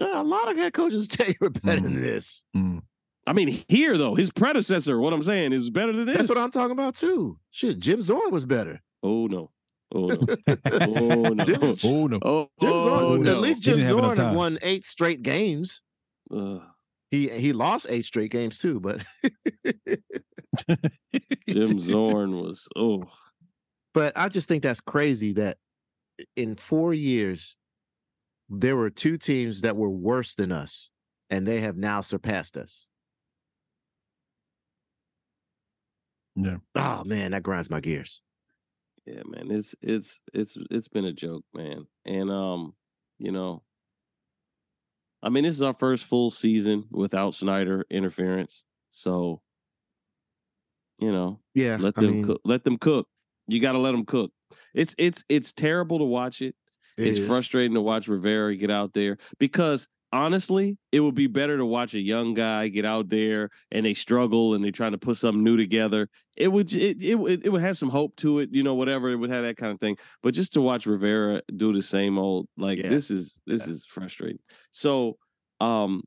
Speaker 4: Uh, A lot of head coaches tell you were better than this.
Speaker 3: Mm.
Speaker 5: I mean, here though, his predecessor, what I'm saying, is better than this.
Speaker 4: That's what I'm talking about too. Shit, Jim Zorn was better.
Speaker 5: oh no. Oh no. Oh no.
Speaker 4: Jim-
Speaker 3: Oh no.
Speaker 5: Oh,
Speaker 4: Jim Zorn,
Speaker 5: oh, no.
Speaker 4: at least
Speaker 3: He
Speaker 4: Jim
Speaker 3: didn't have enough
Speaker 4: Zorn had
Speaker 3: time.
Speaker 4: won eight straight games.
Speaker 5: Ugh.
Speaker 4: He he lost eight straight games too, but
Speaker 5: Jim Zorn was oh
Speaker 4: but I just think that's crazy that in four years there were two teams that were worse than us, and they have now surpassed us.
Speaker 3: Yeah.
Speaker 4: Oh man, that grinds my gears.
Speaker 5: yeah, man. It's it's it's it's been a joke, man. And um, you know, I mean, this is our first full season without Snyder interference. So, you know,
Speaker 4: Yeah,
Speaker 5: let
Speaker 4: I
Speaker 5: them
Speaker 4: mean,
Speaker 5: cook. Let them cook. You got to let them cook. It's it's it's terrible to watch it.
Speaker 4: it
Speaker 5: it's
Speaker 4: is.
Speaker 5: frustrating to watch Rivera get out there because honestly, it would be better to watch a young guy get out there and they struggle and they're trying to put something new together. It would it it would- it would have some hope to it, you know, whatever. It would have that kind of thing. But just to watch Rivera do the same old like
Speaker 6: Yeah.
Speaker 5: this is this is frustrating. So, um,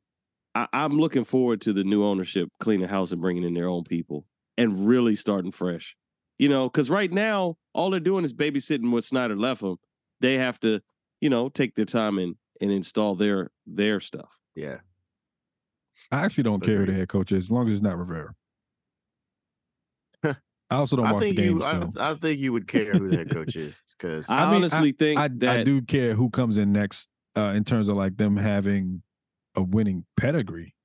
Speaker 5: I, I'm looking forward to the new ownership cleaning house and bringing in their own people and really starting fresh. You know, because right now all they're doing is babysitting what Snyder left them. They have to, you know, take their time and and install their their stuff.
Speaker 4: Yeah,
Speaker 3: I actually don't care who the
Speaker 4: Agreed.
Speaker 3: head coach is, as long as it's not Rivera. I also don't
Speaker 4: I
Speaker 3: watch the
Speaker 4: think
Speaker 3: game.
Speaker 4: you. I, I think you would care who that coach is because
Speaker 5: I,
Speaker 3: I mean,
Speaker 5: honestly think
Speaker 3: I,
Speaker 5: that
Speaker 3: I do care who comes in next uh, in terms of like them having a winning pedigree,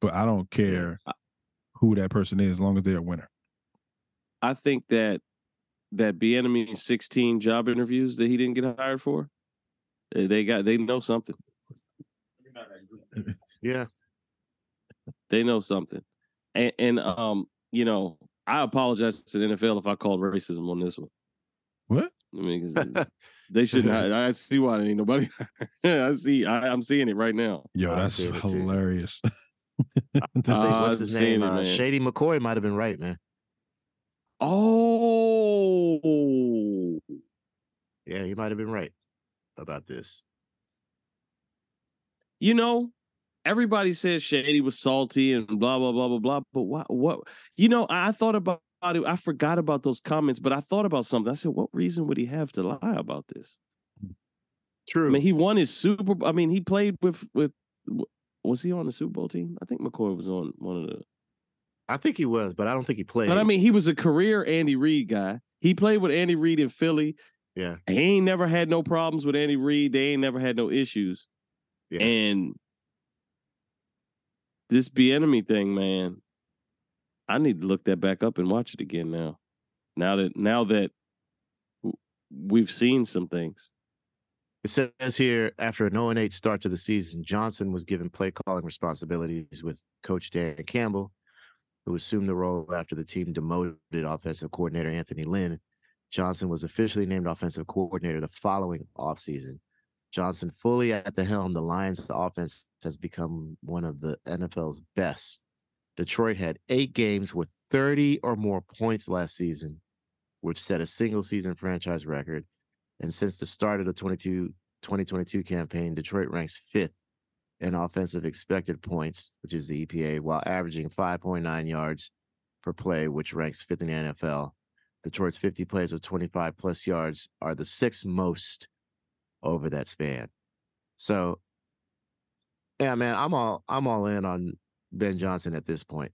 Speaker 3: but I don't care who that person is as long as they're a winner.
Speaker 5: I think that that Bienemy 16 job interviews that he didn't get hired for, eh, they got they know something. uh,
Speaker 4: yeah,
Speaker 5: They know something. And and um, you know, I apologize to the NFL if I called racism on this one.
Speaker 3: What?
Speaker 5: I mean, 'cause they shouldn't. I, I see why there ain't nobody. I see. I, I'm seeing it right now.
Speaker 3: Yo,
Speaker 4: I
Speaker 3: that's
Speaker 4: see it too.
Speaker 3: hilarious.
Speaker 4: I think
Speaker 5: Uh,
Speaker 4: what's his
Speaker 5: I've seen
Speaker 4: name?
Speaker 5: it,
Speaker 4: uh,
Speaker 5: man.
Speaker 4: Shady McCoy might have been right, man.
Speaker 5: Oh,
Speaker 4: Yeah, he might have been right about this.
Speaker 5: you know, everybody says Shady was salty and blah blah blah blah blah. But what what you know, I I thought about it. I forgot about those comments, but I thought about something. I said, what reason would he have to lie about this? I
Speaker 4: True.
Speaker 5: mean, he won his Super. I mean, he played with with. Was he on the Super Bowl team? I think McCoy was on one of the.
Speaker 4: I think he was, but I don't think he played.
Speaker 5: But I mean, he was a career Andy Reid guy. He played with Andy Reid in Philly.
Speaker 4: yeah,
Speaker 5: He ain't never had no problems with Andy Reid. They ain't never had no issues.
Speaker 4: Yeah.
Speaker 5: And this be enemy thing, man. I need to look that back up and watch it again now. Now that now that w- we've seen some things.
Speaker 4: it says here after an 0 8 start to the season, Johnson was given play calling responsibilities with Coach Dan Campbell, who assumed the role after the team demoted offensive coordinator Anthony Lynn. Johnson was officially named offensive coordinator the following offseason. Johnson fully at the helm, the Lions offense has become one of the NFL's best. Detroit had eight games with 30 or more points last season, which set a single season franchise record. And since the start of the 22 2022 campaign, Detroit ranks fifth in offensive expected points, which is the EPA, while averaging 5.9 yards per play, which ranks fifth in the NFL. Detroit's 50 plays with 25 plus yards are the sixth most over that span. So, yeah, man, I'm all I'm all in on Ben Johnson at this point.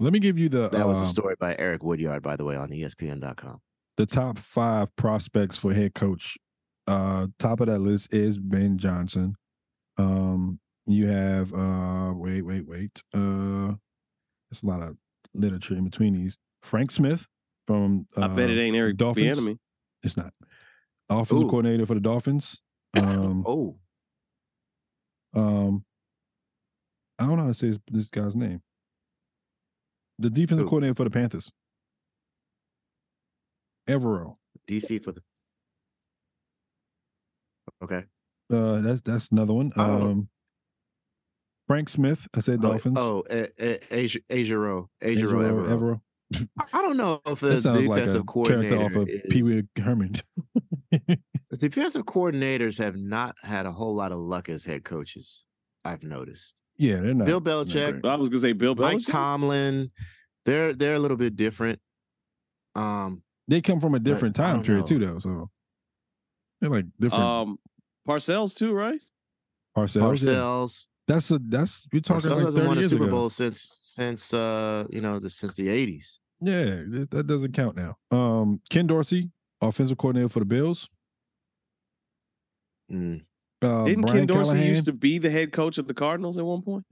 Speaker 3: Let me give you the
Speaker 4: That was a
Speaker 3: um,
Speaker 4: story by Eric Woodyard, by the way, on E ESPN.com.
Speaker 3: the top five prospects for head coach. Uh, top of that list is Ben Johnson. Um, you have uh, wait, wait, wait. Uh, there's a lot of literature in between these. Frank Smith from uh,
Speaker 5: I bet it ain't Eric
Speaker 3: Dolphins?
Speaker 5: Bieniemy.
Speaker 3: It's not offensive
Speaker 4: Ooh.
Speaker 3: coordinator for the Dolphins. Um,
Speaker 4: Oh,
Speaker 3: um, I don't know how to say this, this guy's name. The defensive
Speaker 4: Who?
Speaker 3: coordinator for the Panthers. Evero.
Speaker 4: DC for the Okay.
Speaker 3: Uh, that's that's another one.
Speaker 4: I don't know.
Speaker 3: Um, Frank Smith. I said
Speaker 4: Oh,
Speaker 3: Dolphins.
Speaker 4: Oh, A- A- Asia, Asia Row, Asia Row,
Speaker 3: Angelo
Speaker 4: Evero.
Speaker 3: Evero.
Speaker 4: I- I don't know if the
Speaker 3: That sounds
Speaker 4: defensive
Speaker 3: like a
Speaker 4: coordinator
Speaker 3: character off of
Speaker 4: is,
Speaker 3: Pee Wee Herman.
Speaker 4: the defensive coordinators have not had a whole lot of luck as head coaches. I've noticed.
Speaker 3: Yeah, they're not.
Speaker 4: Bill Belichick,
Speaker 5: I was gonna say Bill
Speaker 4: Mike
Speaker 5: Uh, Belichick.
Speaker 4: Tomlin, they're they're a little bit different. Um,
Speaker 3: They come from a different
Speaker 4: I
Speaker 3: time
Speaker 4: don't
Speaker 3: period
Speaker 4: know. Uh,
Speaker 3: too, though. So they're like different.
Speaker 5: um, Parcells too, right?
Speaker 3: Parcells. yeah.
Speaker 4: Parcells,
Speaker 3: That's a that's you're talking
Speaker 4: Parcells
Speaker 3: like
Speaker 4: hasn't won
Speaker 3: thirty
Speaker 4: a
Speaker 3: years
Speaker 4: Super
Speaker 3: ago.
Speaker 4: Bowl since since uh you know the, since the eighties.
Speaker 3: Yeah, that, that doesn't count now. Um, Ken Dorsey, offensive coordinator for the Bills. Uh,
Speaker 5: Didn't
Speaker 3: Brian
Speaker 5: Ken Dorsey
Speaker 3: Callahan.
Speaker 5: used to be the head coach of the Cardinals at one point?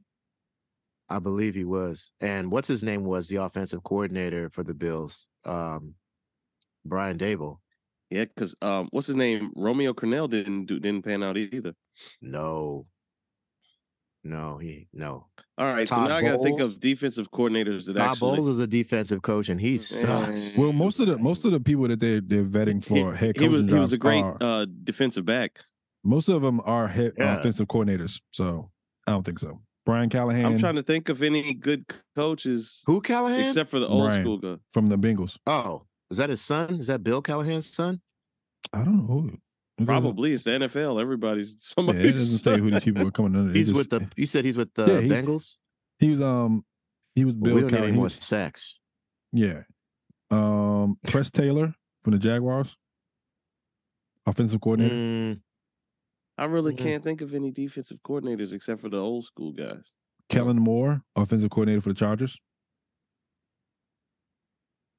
Speaker 4: I believe he was. And what's his name was the offensive coordinator for the Bills, um, Brian Dable.
Speaker 5: Yeah, because um, what's his name? Romeo Cornell didn't do, didn't pan out either.
Speaker 4: No, no, he no.
Speaker 5: All right, so
Speaker 4: Todd
Speaker 5: now I gotta think
Speaker 4: Bowles?
Speaker 5: of defensive coordinators that
Speaker 4: Todd
Speaker 5: actually.
Speaker 4: Bowles is a defensive coach, and he sucks.
Speaker 5: Eh,
Speaker 3: Well, most of the most of the people that they they're vetting
Speaker 5: He-
Speaker 3: for head coaching
Speaker 5: he was he was
Speaker 3: jobs
Speaker 5: a great
Speaker 3: are-
Speaker 5: uh, defensive back.
Speaker 3: most of them are head
Speaker 4: Yeah.
Speaker 3: offensive coordinators. So I don't think so. Brian Callahan
Speaker 5: I'm trying to think of any good c- coaches
Speaker 4: Who Callahan?
Speaker 5: except for the old
Speaker 3: Brian.
Speaker 5: school guy.
Speaker 3: from the Bengals.
Speaker 4: oh, is that his son? Is that Bill Callahan's son?
Speaker 3: I don't know. who- who. doesn't-
Speaker 5: Probably it's the NFL. Everybody's
Speaker 3: Yeah,
Speaker 5: somebody.
Speaker 3: it doesn't say who these people are coming under. It
Speaker 4: He's
Speaker 3: just-
Speaker 4: with the. You said he's with the
Speaker 3: Yeah, he-
Speaker 4: Bengals.
Speaker 3: He was um he was
Speaker 4: But
Speaker 3: Bill
Speaker 4: we don't need
Speaker 3: Callahan.
Speaker 4: any
Speaker 3: He
Speaker 4: more
Speaker 3: was-
Speaker 4: sex.
Speaker 3: Yeah. Um Press Taylor from the Jaguars. Offensive coordinator.
Speaker 4: Mm,
Speaker 5: I really
Speaker 4: Mhm.
Speaker 5: can't think of any defensive coordinators except for the old school guys.
Speaker 3: Kellen Moore, offensive coordinator for the Chargers.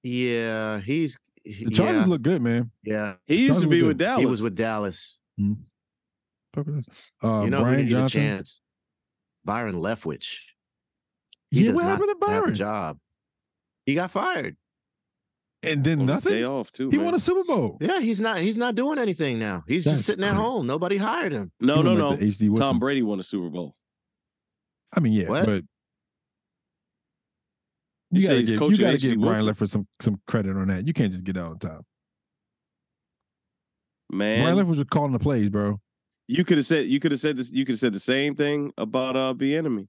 Speaker 4: yeah, he's. he-
Speaker 3: The Chargers
Speaker 4: yeah,
Speaker 3: look good, man.
Speaker 4: yeah.
Speaker 5: He used
Speaker 3: Chargers
Speaker 5: to
Speaker 3: were
Speaker 5: be
Speaker 3: good.
Speaker 5: with Dallas.
Speaker 4: He was with Dallas.
Speaker 3: Fuck with us. Uh,
Speaker 4: you know, who
Speaker 3: Brian
Speaker 4: needs
Speaker 3: Johnson.
Speaker 4: a chance. Byron Leftwich. He
Speaker 3: yeah,
Speaker 4: does
Speaker 3: what
Speaker 4: not
Speaker 3: happened to
Speaker 4: Have a
Speaker 3: Byron?
Speaker 4: job. He got fired.
Speaker 3: And then
Speaker 5: on his Day
Speaker 3: nothing.
Speaker 5: off too.
Speaker 3: He
Speaker 5: man.
Speaker 3: won a Super Bowl.
Speaker 4: Yeah, he's not. He's not doing anything now. He's
Speaker 3: That's
Speaker 4: just sitting at
Speaker 3: crazy.
Speaker 4: home. Nobody hired him.
Speaker 5: No,
Speaker 3: He
Speaker 5: no,
Speaker 3: was
Speaker 5: no.
Speaker 3: like the HD Wilson.
Speaker 5: Tom Brady won a Super Bowl.
Speaker 3: I mean, yeah,
Speaker 4: What?
Speaker 3: but you
Speaker 5: You say
Speaker 3: gotta
Speaker 5: he's
Speaker 3: get you
Speaker 5: coaching
Speaker 3: gotta
Speaker 5: H.G.
Speaker 3: give Brian
Speaker 5: Wilson?
Speaker 3: Leffert some some credit on that. You can't just get out on top. Brian
Speaker 5: Man,
Speaker 3: Leffert was calling the plays, bro.
Speaker 5: you could have said you could have said this. You could have said the same thing about uh, B enemy.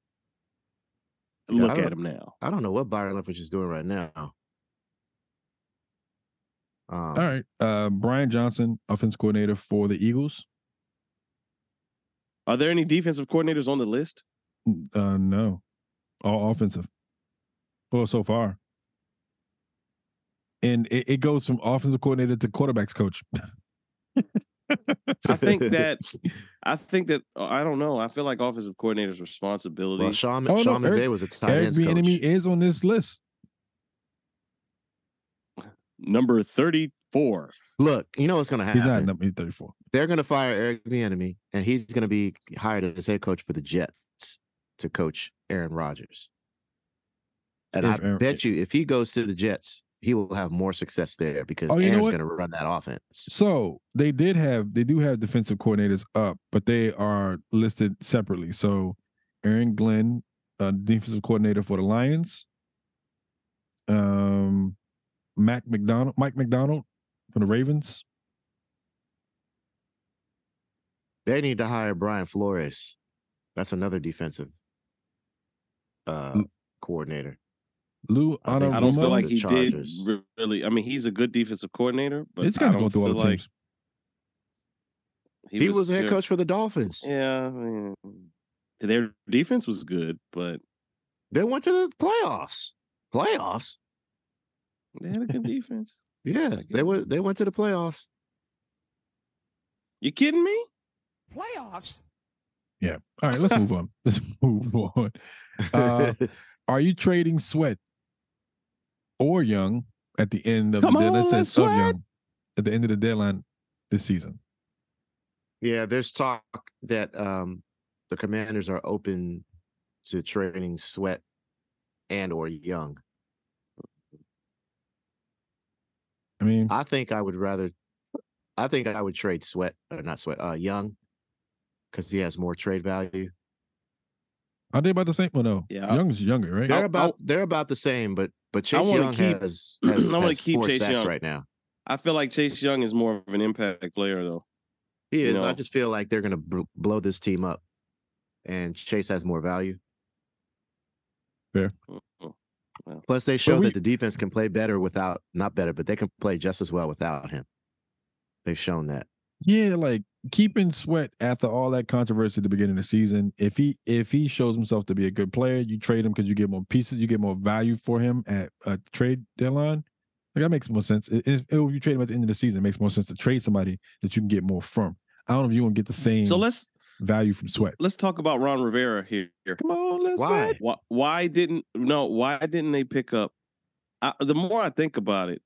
Speaker 4: Yeah, I
Speaker 5: Look
Speaker 4: don't-
Speaker 5: at him now.
Speaker 4: I don't know what Byron Leftwich is doing right now. Um, Oh.
Speaker 3: All right, uh, Brian Johnson, offense coordinator for the Eagles.
Speaker 5: Are there any defensive coordinators on the list?
Speaker 3: Uh, no, all offensive. Well, so far, and it, it goes from offensive coordinator to quarterbacks coach.
Speaker 5: I think that I think that uh, I don't know. I feel like offensive coordinator's responsibility.
Speaker 4: Well, Sean,
Speaker 3: Oh, no,
Speaker 4: Sean
Speaker 3: Eric-
Speaker 4: McVay was a tight
Speaker 3: Eric
Speaker 4: ends coach.
Speaker 3: enemy is on this list.
Speaker 5: number thirty-four.
Speaker 4: Look, you know what's going to happen.
Speaker 3: He's not number. He's thirty four.
Speaker 4: They're going to fire Eric Bieniemy, and he's going to be hired as head coach for the Jets to coach Aaron Rodgers. And
Speaker 3: If
Speaker 4: I
Speaker 3: Aaron-
Speaker 4: bet you, if he goes to the Jets, he will have more success there because
Speaker 3: Oh, you know
Speaker 4: Aaron's
Speaker 3: what?
Speaker 4: going to run that offense.
Speaker 3: So they did have they do have defensive coordinators up, but they are listed separately. So Aaron Glenn, uh, defensive coordinator for the Lions. Um, Mac McDonald, Mike McDonald for the Ravens.
Speaker 4: They need to hire Brian Flores. That's another defensive uh,
Speaker 3: Mm.
Speaker 4: coordinator.
Speaker 3: Lou
Speaker 4: I think-
Speaker 5: I don't
Speaker 4: Romo?
Speaker 5: feel like
Speaker 4: The
Speaker 5: he did
Speaker 4: Chargers.
Speaker 5: re- really. I mean, he's a good defensive coordinator, but
Speaker 3: It's
Speaker 5: I
Speaker 3: gonna
Speaker 5: don't
Speaker 3: go through all
Speaker 5: feel
Speaker 3: the
Speaker 5: like
Speaker 3: teams.
Speaker 4: He, was, a head
Speaker 5: terrible.
Speaker 4: coach for the Dolphins.
Speaker 5: Yeah, I mean, their defense was good, but
Speaker 4: They went to the playoffs. Playoffs?
Speaker 5: they had a good defense.
Speaker 4: Yeah,
Speaker 5: Like,
Speaker 4: they went. They went to the playoffs.
Speaker 5: You kidding me?
Speaker 3: All right, let's move on. Let's move on. Uh, Are you trading Sweat or Young at the end of
Speaker 5: Come
Speaker 3: the dead-
Speaker 5: on,
Speaker 3: let's say
Speaker 5: let's
Speaker 3: of
Speaker 5: Sweat.
Speaker 3: Young, at the end of the deadline this season?
Speaker 4: yeah, there's talk that um, the Commanders are open to trading Sweat and or Young.
Speaker 3: I mean,
Speaker 4: I think I would rather. I think I would trade Sweat or not Sweat. Uh, Young, because he has more trade value.
Speaker 3: are they about the same? Well, no,
Speaker 5: Yeah.
Speaker 3: Young's younger, right?
Speaker 4: They're
Speaker 5: I'll-
Speaker 4: about they're about the same, but but Chase
Speaker 5: wanna
Speaker 4: Young
Speaker 5: keep-
Speaker 4: has,
Speaker 5: I
Speaker 4: has,
Speaker 5: wanna
Speaker 4: has
Speaker 5: keep
Speaker 4: four
Speaker 5: Chase
Speaker 4: sacks
Speaker 5: Young.
Speaker 4: right now.
Speaker 5: I feel like Chase Young is more of an impact player, though.
Speaker 4: He
Speaker 5: You
Speaker 4: is. I
Speaker 5: know.
Speaker 4: just feel like they're gonna bl- blow this team up, and Chase has more value. Plus, they show
Speaker 3: we-
Speaker 4: that the defense can play better without, not better, but they can play just as well without him. They've shown that.
Speaker 3: Yeah, like keeping Sweat after all that controversy at the beginning of the season, if he if he shows himself to be a good player, you trade him because you get more pieces, you get more value for him at a trade deadline. Like that makes more sense. It, it, if you trade him at the end of the season, it makes more sense to trade somebody that you can get more from. I don't know if you want to get the
Speaker 4: Mm,
Speaker 3: same
Speaker 5: So let's
Speaker 3: value from Sweat.
Speaker 5: let's talk about Ron Rivera here.
Speaker 3: Come on, let's
Speaker 4: Why?
Speaker 3: Sweat.
Speaker 5: Why, why didn't no? Why didn't they pick up? I, the more I think about it,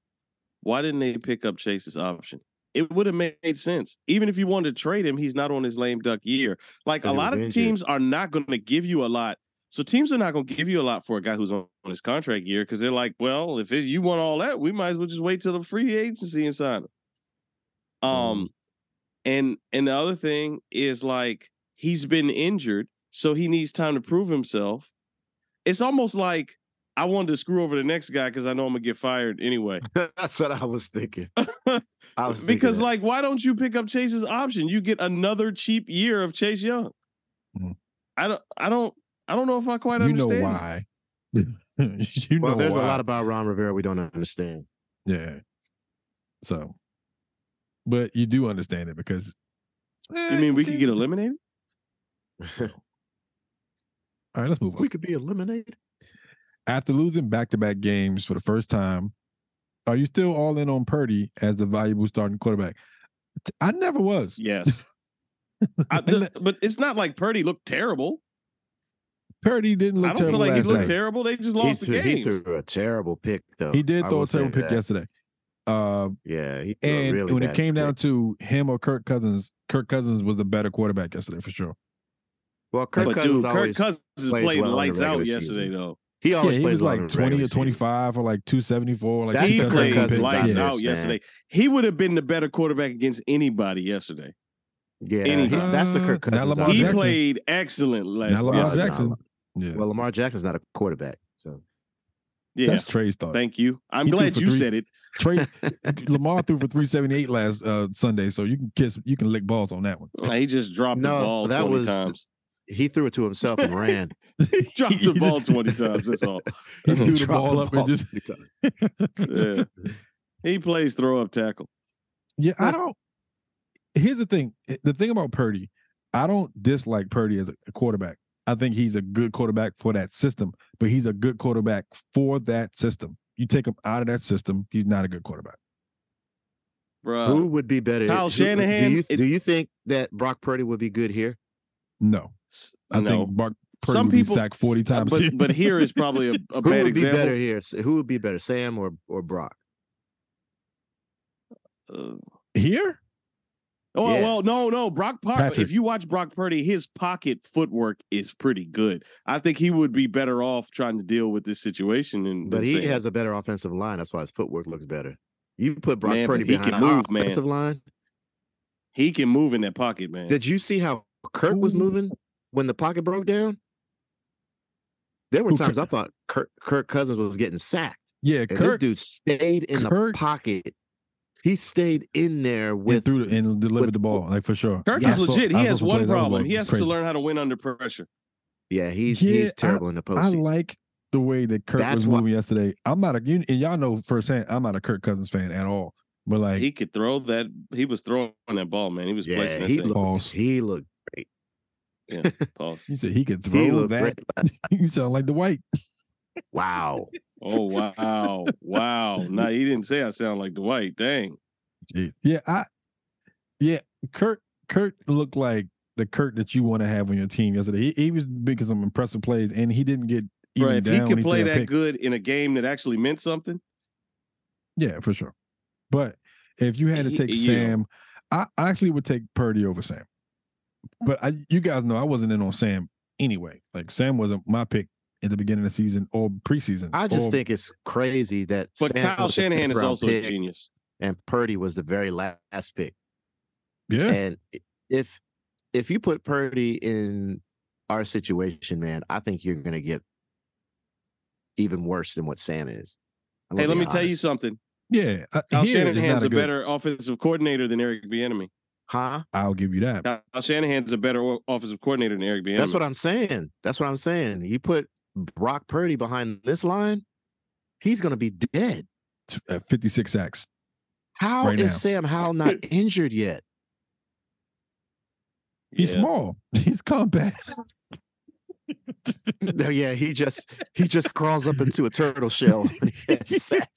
Speaker 5: why didn't they pick up Chase's option? It would have made sense. Even if you wanted to trade him, he's not on his lame duck year. Like a
Speaker 4: And he
Speaker 5: lot
Speaker 4: was
Speaker 5: of
Speaker 4: injured.
Speaker 5: teams are not going to give you a lot. So teams are not going to give you a lot for a guy who's on, on his contract year because they're like, well, if it, you want all that, we might as well just wait till the free agency and sign him. Um, and and the other thing is like he's been injured, so he needs time to prove himself. It's almost like I wanted to screw over the next guy because I know I'm gonna get fired anyway.
Speaker 4: That's what I was thinking. I was thinking
Speaker 5: because
Speaker 4: that.
Speaker 5: like, why don't you pick up Chase's option? You get another cheap year of Chase Young.
Speaker 3: Mhm.
Speaker 5: I don't. I don't. I don't know if I quite
Speaker 3: You know
Speaker 5: understand.
Speaker 3: why? you know
Speaker 4: well, there's
Speaker 3: why.
Speaker 4: a lot about Ron Rivera we don't understand.
Speaker 3: yeah. So, but you do understand it because
Speaker 5: You mean we could get eliminated?
Speaker 3: All right, let's move on.
Speaker 4: we could be eliminated.
Speaker 3: after losing back-to-back games for the first time, are you still all in on Purdy as the valuable starting quarterback? T- I never was.
Speaker 5: Yes. I, the- but it's not like Purdy looked terrible.
Speaker 3: Purdy didn't
Speaker 5: I
Speaker 3: look
Speaker 5: don't feel
Speaker 3: terrible
Speaker 5: like he
Speaker 3: last
Speaker 5: looked
Speaker 3: night.
Speaker 5: terrible. They just
Speaker 4: He
Speaker 5: lost the
Speaker 4: threw, he
Speaker 5: game.
Speaker 4: threw a terrible pick though.
Speaker 3: He did
Speaker 4: I
Speaker 3: throw
Speaker 4: will
Speaker 3: a
Speaker 4: say
Speaker 3: terrible pick
Speaker 4: that.
Speaker 3: yesterday. Uh,
Speaker 4: Yeah, he threw a
Speaker 3: and
Speaker 4: really
Speaker 3: when it
Speaker 4: bad
Speaker 3: came down
Speaker 4: pick.
Speaker 3: to him or Kirk Cousins, Kirk Cousins was the better quarterback yesterday for sure.
Speaker 4: well, Kirk
Speaker 5: But
Speaker 4: Cousins
Speaker 5: dude, Kirk
Speaker 4: always
Speaker 5: Cousins
Speaker 4: plays
Speaker 5: played
Speaker 4: well in the
Speaker 5: lights out
Speaker 4: regular
Speaker 5: yesterday
Speaker 4: season.
Speaker 5: though.
Speaker 4: he
Speaker 3: Yeah,
Speaker 4: always
Speaker 3: he
Speaker 4: plays
Speaker 3: was
Speaker 4: well
Speaker 3: like
Speaker 4: in the
Speaker 3: twenty
Speaker 4: regular
Speaker 3: or
Speaker 4: season.
Speaker 3: twenty-five or like two seventy-four. Like
Speaker 4: That's
Speaker 5: he
Speaker 3: two
Speaker 4: Kirk
Speaker 5: played
Speaker 3: touchdown
Speaker 4: Cousins'
Speaker 5: lights
Speaker 3: yeah.
Speaker 4: offense,
Speaker 5: out
Speaker 4: man.
Speaker 5: yesterday. He would have been the better quarterback against anybody yesterday.
Speaker 4: Yeah,
Speaker 5: And he-
Speaker 4: he- that's the
Speaker 3: Uh,
Speaker 4: Kirk
Speaker 3: now
Speaker 4: Cousins.
Speaker 3: Lamar
Speaker 4: offense.
Speaker 5: he
Speaker 3: Jackson.
Speaker 5: played excellent last
Speaker 3: Now Lamar
Speaker 5: yesterday.
Speaker 3: Jackson. Yeah,
Speaker 4: Well, Lamar Jackson's not a quarterback, so
Speaker 5: Yeah.
Speaker 3: that's Trey's thought.
Speaker 5: Thank you. I'm
Speaker 3: He threw
Speaker 5: glad
Speaker 3: for
Speaker 5: you
Speaker 3: three-
Speaker 5: said it.
Speaker 3: Trey Lamar threw for three seventy-eight last uh, Sunday, so you can kiss, you can lick balls on that one.
Speaker 5: He just dropped
Speaker 4: No,
Speaker 5: the ball
Speaker 4: that
Speaker 5: 20
Speaker 4: was-
Speaker 5: times.
Speaker 4: he threw it to himself and ran.
Speaker 5: dropped the ball 20 times. That's all.
Speaker 3: He threw the
Speaker 4: dropped
Speaker 3: ball up and just.
Speaker 4: three times.
Speaker 5: Yeah. He plays throw up tackle.
Speaker 3: Yeah, I don't. Here's the thing. eh, The thing about Purdy, I don't dislike Purdy as a quarterback. I think he's a good quarterback for that system, but he's a good quarterback for that system. You take him out of that system, he's not a good quarterback.
Speaker 5: Bro.
Speaker 4: Who would be better?
Speaker 5: Uh, Kyle
Speaker 4: Who-
Speaker 5: Shanahan
Speaker 4: Do you,
Speaker 5: is-
Speaker 4: do you think that Brock Purdy would be good here?
Speaker 3: No, I
Speaker 5: no.
Speaker 3: think Mark Purdy
Speaker 5: Some
Speaker 3: would be
Speaker 5: people uh,
Speaker 3: sacked forty times.
Speaker 5: But, but here is probably a, a
Speaker 4: Who
Speaker 5: bad
Speaker 4: would be
Speaker 5: example.
Speaker 4: better here? S- Who would be better, Sam or or Brock?
Speaker 5: Uh,
Speaker 3: here,
Speaker 5: Oh
Speaker 4: Yeah.
Speaker 5: well, no, no. Brock Purdy.
Speaker 3: Patrick.
Speaker 5: If you watch Brock Purdy, his pocket footwork is pretty good. I think he would be better off trying to deal with this situation. And
Speaker 4: But he has a better offensive line. That's why his footwork looks better. You put Brock
Speaker 5: Man, but
Speaker 4: Purdy
Speaker 5: he
Speaker 4: behind
Speaker 5: can
Speaker 4: our
Speaker 5: move, man.
Speaker 4: offensive line.
Speaker 5: he can move in that pocket, man.
Speaker 4: Did you see how Kirk was
Speaker 3: Who-
Speaker 4: moving when the pocket broke down? There were
Speaker 3: Who
Speaker 4: times
Speaker 3: Kirk-
Speaker 4: I thought Kirk, Kirk Cousins was getting sacked.
Speaker 3: yeah,
Speaker 4: And
Speaker 3: Kirk
Speaker 4: this dude stayed in
Speaker 3: Kirk-
Speaker 4: the pocket. He stayed in there
Speaker 3: went
Speaker 4: with
Speaker 3: through the, and delivered
Speaker 4: with-
Speaker 3: the ball, like for sure.
Speaker 5: Kirk
Speaker 3: I
Speaker 5: is
Speaker 3: saw-
Speaker 5: legit.
Speaker 3: I
Speaker 5: He
Speaker 3: saw
Speaker 5: has
Speaker 3: some
Speaker 5: one
Speaker 3: plays, I was
Speaker 5: problem.
Speaker 3: like,
Speaker 5: he
Speaker 3: this
Speaker 5: has
Speaker 3: crazy.
Speaker 5: to learn how to win under pressure.
Speaker 4: Yeah, he's
Speaker 3: Yeah,
Speaker 4: he's
Speaker 3: I-
Speaker 4: terrible in the
Speaker 3: I
Speaker 4: postseason.
Speaker 3: like the way that Kirk
Speaker 4: That's
Speaker 3: was
Speaker 4: why-
Speaker 3: moving yesterday. I'm not a you, and y'all know firsthand. I'm not a Kirk Cousins fan at all. But like,
Speaker 5: He could throw that. He was throwing that ball, man. He was placing
Speaker 4: yeah,
Speaker 5: that
Speaker 4: he
Speaker 5: thing.
Speaker 4: looked
Speaker 3: Pause.
Speaker 4: he looked
Speaker 5: Pause.
Speaker 3: you said he could
Speaker 4: he
Speaker 3: throw
Speaker 4: looked
Speaker 3: that.
Speaker 4: great.
Speaker 3: You sound like the white.
Speaker 4: Wow.
Speaker 5: Oh wow, wow. No, he didn't say I sound like Dwight. Dang.
Speaker 3: Yeah, I. Yeah, Kurt. Kurt looked like the Kurt that you want to have on your team yesterday. He, he was making some impressive plays, and he didn't get even
Speaker 5: Bro, if
Speaker 3: down.
Speaker 5: he
Speaker 3: when
Speaker 5: could
Speaker 3: threw
Speaker 5: play that
Speaker 3: pick.
Speaker 5: good in a game that actually meant something,
Speaker 3: yeah, for sure. But if you had to
Speaker 5: He-
Speaker 3: take
Speaker 5: you know.
Speaker 3: Sam, I I actually would take Purdy over Sam.
Speaker 5: Mm.
Speaker 3: But I, you guys know I wasn't in on Sam anyway. Like Sam wasn't my pick at the beginning of the season or preseason.
Speaker 4: I just
Speaker 3: or-
Speaker 4: think it's crazy that
Speaker 5: but
Speaker 4: Sam
Speaker 5: Kyle
Speaker 4: was the
Speaker 5: Shanahan is
Speaker 4: fifth-round
Speaker 5: also a
Speaker 4: pick
Speaker 5: genius.
Speaker 4: and Purdy was the very last pick.
Speaker 3: yeah,
Speaker 4: And i- if if you put Purdy in our situation, man, I think you're gonna get even worse than what Sam is. I'm
Speaker 5: Hey,
Speaker 4: gonna
Speaker 5: let
Speaker 4: be
Speaker 5: me tell you
Speaker 4: honest.
Speaker 5: something.
Speaker 3: yeah. I,
Speaker 5: Kyle
Speaker 3: here is not
Speaker 5: Shanahan's
Speaker 3: a,
Speaker 5: a
Speaker 3: good-
Speaker 5: better offensive coordinator than Eric Bieniemy.
Speaker 4: Huh?
Speaker 3: I'll give you that.
Speaker 5: Kyle Shanahan's a better o- offensive coordinator than Eric Bieniemy.
Speaker 4: That's what I'm saying. That's what I'm saying. You put Brock Purdy behind this line, he's gonna be dead.
Speaker 3: T- uh, Fifty-six sacks.
Speaker 4: How is
Speaker 3: Right now.
Speaker 4: Sam Howell not injured yet?
Speaker 3: He's
Speaker 5: Yeah.
Speaker 3: small. He's combat.
Speaker 4: No, yeah, he just he just crawls up into a turtle shell. and gets sacked.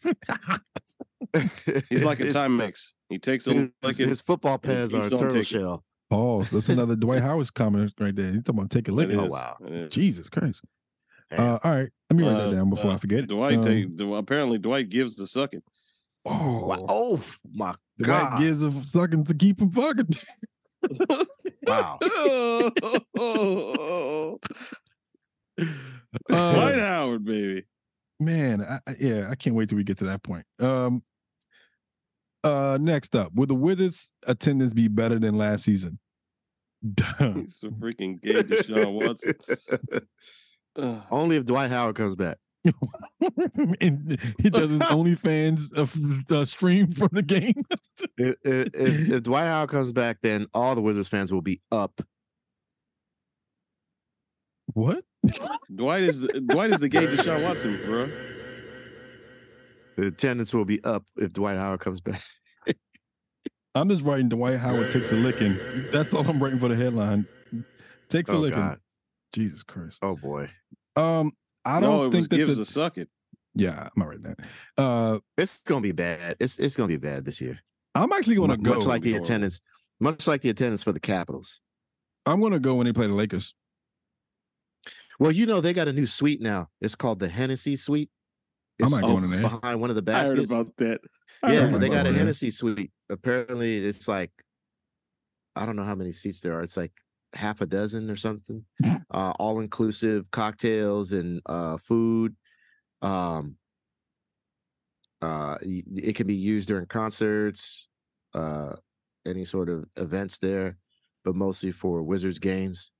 Speaker 5: He's like a
Speaker 4: His-
Speaker 5: time mix. He takes a
Speaker 4: His,
Speaker 5: look at
Speaker 4: his football pads
Speaker 5: keeps
Speaker 4: are a
Speaker 5: on
Speaker 4: turtle
Speaker 5: taking-
Speaker 4: shell.
Speaker 3: Oh, so that's another Dwight Howard's comment right there. He's talking about take a
Speaker 5: It
Speaker 3: lick.
Speaker 4: Oh,
Speaker 5: is.
Speaker 4: wow.
Speaker 5: It is.
Speaker 3: Jesus Christ.
Speaker 4: Damn.
Speaker 3: Uh, all right. Let me write
Speaker 5: Uh,
Speaker 3: that down before
Speaker 5: uh,
Speaker 3: I forget it.
Speaker 5: Dwight
Speaker 3: Um,
Speaker 5: take, Dw- apparently Dwight gives the sucking.
Speaker 3: oh,
Speaker 4: Wow. Oh f- my
Speaker 3: Dwight
Speaker 4: god!
Speaker 3: gives a f- sucking to keep him fucking.
Speaker 4: Wow.
Speaker 5: Dwight
Speaker 3: Uh,
Speaker 5: Howard, baby.
Speaker 3: man, I, I- yeah, I can't wait till we get to that point. Um, uh, next up, will the Wizards' attendance be better than last season?
Speaker 4: Oh.
Speaker 3: Duh.
Speaker 5: He's so freaking gay, Deshaun Watson. Ugh.
Speaker 4: Only if Dwight Howard comes back.
Speaker 3: and he does his OnlyFans uh, f- uh, stream from the game.
Speaker 4: If, if, if, if Dwight Howard comes back, then all the Wizards fans will be up.
Speaker 3: What?
Speaker 5: Dwight is Dwight is the gay Deshaun Watson, bro.
Speaker 4: The attendance will be up if Dwight Howard comes back.
Speaker 3: I'm just writing Dwight Howard takes a licking. That's all I'm writing for the headline. Takes a
Speaker 4: Oh
Speaker 3: licking.
Speaker 4: god!
Speaker 3: Jesus Christ.
Speaker 4: Oh boy!
Speaker 3: Um, I don't
Speaker 5: no, it was
Speaker 3: think that
Speaker 5: gives
Speaker 3: the,
Speaker 5: a sucking.
Speaker 3: yeah, I'm not writing that. Uh,
Speaker 4: It's gonna be bad. It's it's gonna be bad this year.
Speaker 3: I'm actually going to
Speaker 4: Mu-
Speaker 3: go.
Speaker 4: much like the
Speaker 5: Jordan.
Speaker 4: attendance, much like the attendance for the Capitals.
Speaker 3: I'm going to go when they play the Lakers.
Speaker 4: Well, you know they got a new suite now. It's called the Hennessy Suite.
Speaker 3: I'm
Speaker 4: It's
Speaker 3: not
Speaker 5: oh,
Speaker 3: going in there.
Speaker 4: behind one of the
Speaker 5: I heard
Speaker 4: baskets.
Speaker 5: about that. I
Speaker 4: yeah,
Speaker 5: heard
Speaker 4: they
Speaker 3: about
Speaker 4: got a
Speaker 3: that.
Speaker 4: Hennessy Suite. Apparently, it's like I don't know how many seats there are. It's like half a dozen or something. uh, all inclusive cocktails and uh, food. Um, uh, y- it can be used during concerts, uh, any sort of events there, but mostly for Wizards games.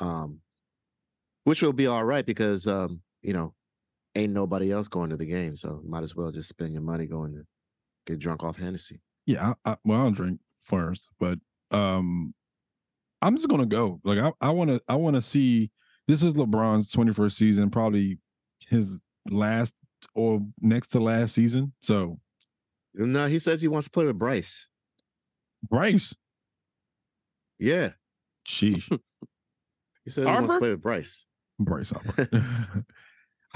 Speaker 4: Um, which will be all right because um, you know ain't nobody else going to the game, so might as well just spend your money going to get drunk off Hennessy.
Speaker 3: Yeah, I, I, well, I'll drink first, but um, I'm just going to go. Like, I I want to I want to see. This is LeBron's 21st season, probably his last or next to last season. So
Speaker 4: No, he says he wants to play with Bryce.
Speaker 3: Bryce,
Speaker 4: Yeah,
Speaker 3: sheesh,
Speaker 4: he says he wants
Speaker 5: Arbor?
Speaker 4: to play with Bryce.
Speaker 3: Bryce. Harper. I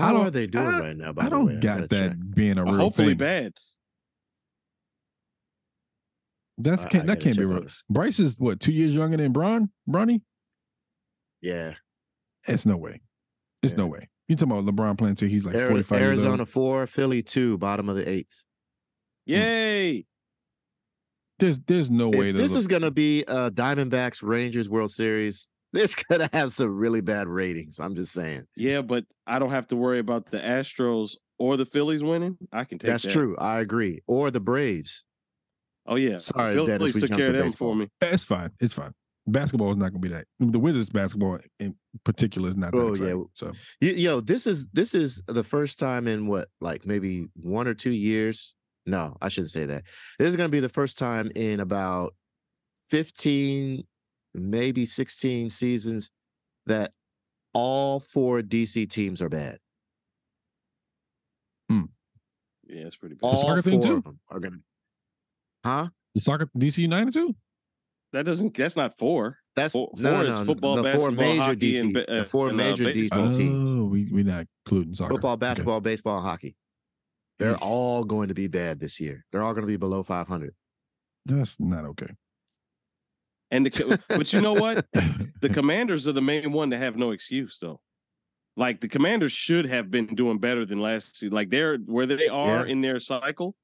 Speaker 4: How are
Speaker 3: don't-
Speaker 4: they doing
Speaker 3: I-
Speaker 4: right now? By
Speaker 3: I
Speaker 4: the way?
Speaker 3: don't
Speaker 4: gotta
Speaker 3: got that
Speaker 4: check.
Speaker 3: being a
Speaker 5: Uh,
Speaker 3: real
Speaker 5: hopefully
Speaker 3: thing.
Speaker 5: bad.
Speaker 3: That's
Speaker 4: I-
Speaker 3: can't,
Speaker 4: I
Speaker 3: that
Speaker 4: gotta
Speaker 3: can't be
Speaker 4: check on
Speaker 3: real.
Speaker 4: this.
Speaker 3: Bryce is what two years younger than Bron? Bronny?
Speaker 4: Yeah,
Speaker 3: It's no way. It's no way. You talking about LeBron playing till he's like
Speaker 4: Ari-
Speaker 3: forty five?
Speaker 4: Arizona four, Philly two, bottom of the eighth.
Speaker 5: Yay!
Speaker 3: There's there's no
Speaker 4: If
Speaker 3: way. that
Speaker 4: this
Speaker 3: Le-
Speaker 4: is gonna be uh, Diamondbacks Rangers World Series. This gonna have some really bad ratings. I'm just saying.
Speaker 5: Yeah, but I don't have to worry about the Astros or the Phillies winning. I can take
Speaker 4: That's
Speaker 5: that.
Speaker 4: true. I agree. Or the Braves.
Speaker 5: Oh yeah.
Speaker 4: Sorry,
Speaker 5: Phillies
Speaker 4: Dennis, we
Speaker 5: took
Speaker 4: jumped
Speaker 5: care of
Speaker 4: to
Speaker 5: them
Speaker 4: baseball.
Speaker 5: for me.
Speaker 3: it's fine. It's fine. Basketball is not going to be that. The Wizards basketball in particular is not that
Speaker 4: Oh, yeah.
Speaker 3: exciting. So
Speaker 4: Y- Yo, this is this is the first time in what, like maybe one or two years. No, I shouldn't say that. This is gonna be the first time in about fifteen, maybe sixteen seasons that all four DC teams are bad.
Speaker 5: Yeah, it's pretty bad.
Speaker 4: All
Speaker 3: soccer team
Speaker 4: four
Speaker 3: too?
Speaker 4: of them are gonna. Huh?
Speaker 3: the soccer DC United too.
Speaker 5: That doesn't. That's not four.
Speaker 4: That's
Speaker 5: Four-
Speaker 4: no,
Speaker 5: four
Speaker 4: no,
Speaker 5: is
Speaker 4: no,
Speaker 5: football,
Speaker 4: the four
Speaker 5: basketball,
Speaker 4: major
Speaker 5: hockey,
Speaker 4: DC,
Speaker 5: and ba-
Speaker 4: the four
Speaker 5: and, uh,
Speaker 4: major
Speaker 5: baseball.
Speaker 4: DC teams:
Speaker 3: Oh, we we're not including soccer.
Speaker 4: football,
Speaker 3: Okay.
Speaker 4: basketball, baseball, and hockey. They're all going to be bad this year. They're all going to be below five hundred.
Speaker 3: That's not okay.
Speaker 5: And the, co- but you know what? The Commanders are the main one to have no excuse though. Like the Commanders should have been doing better than last season. Like they're where they are
Speaker 4: Yeah.
Speaker 5: in their cycle.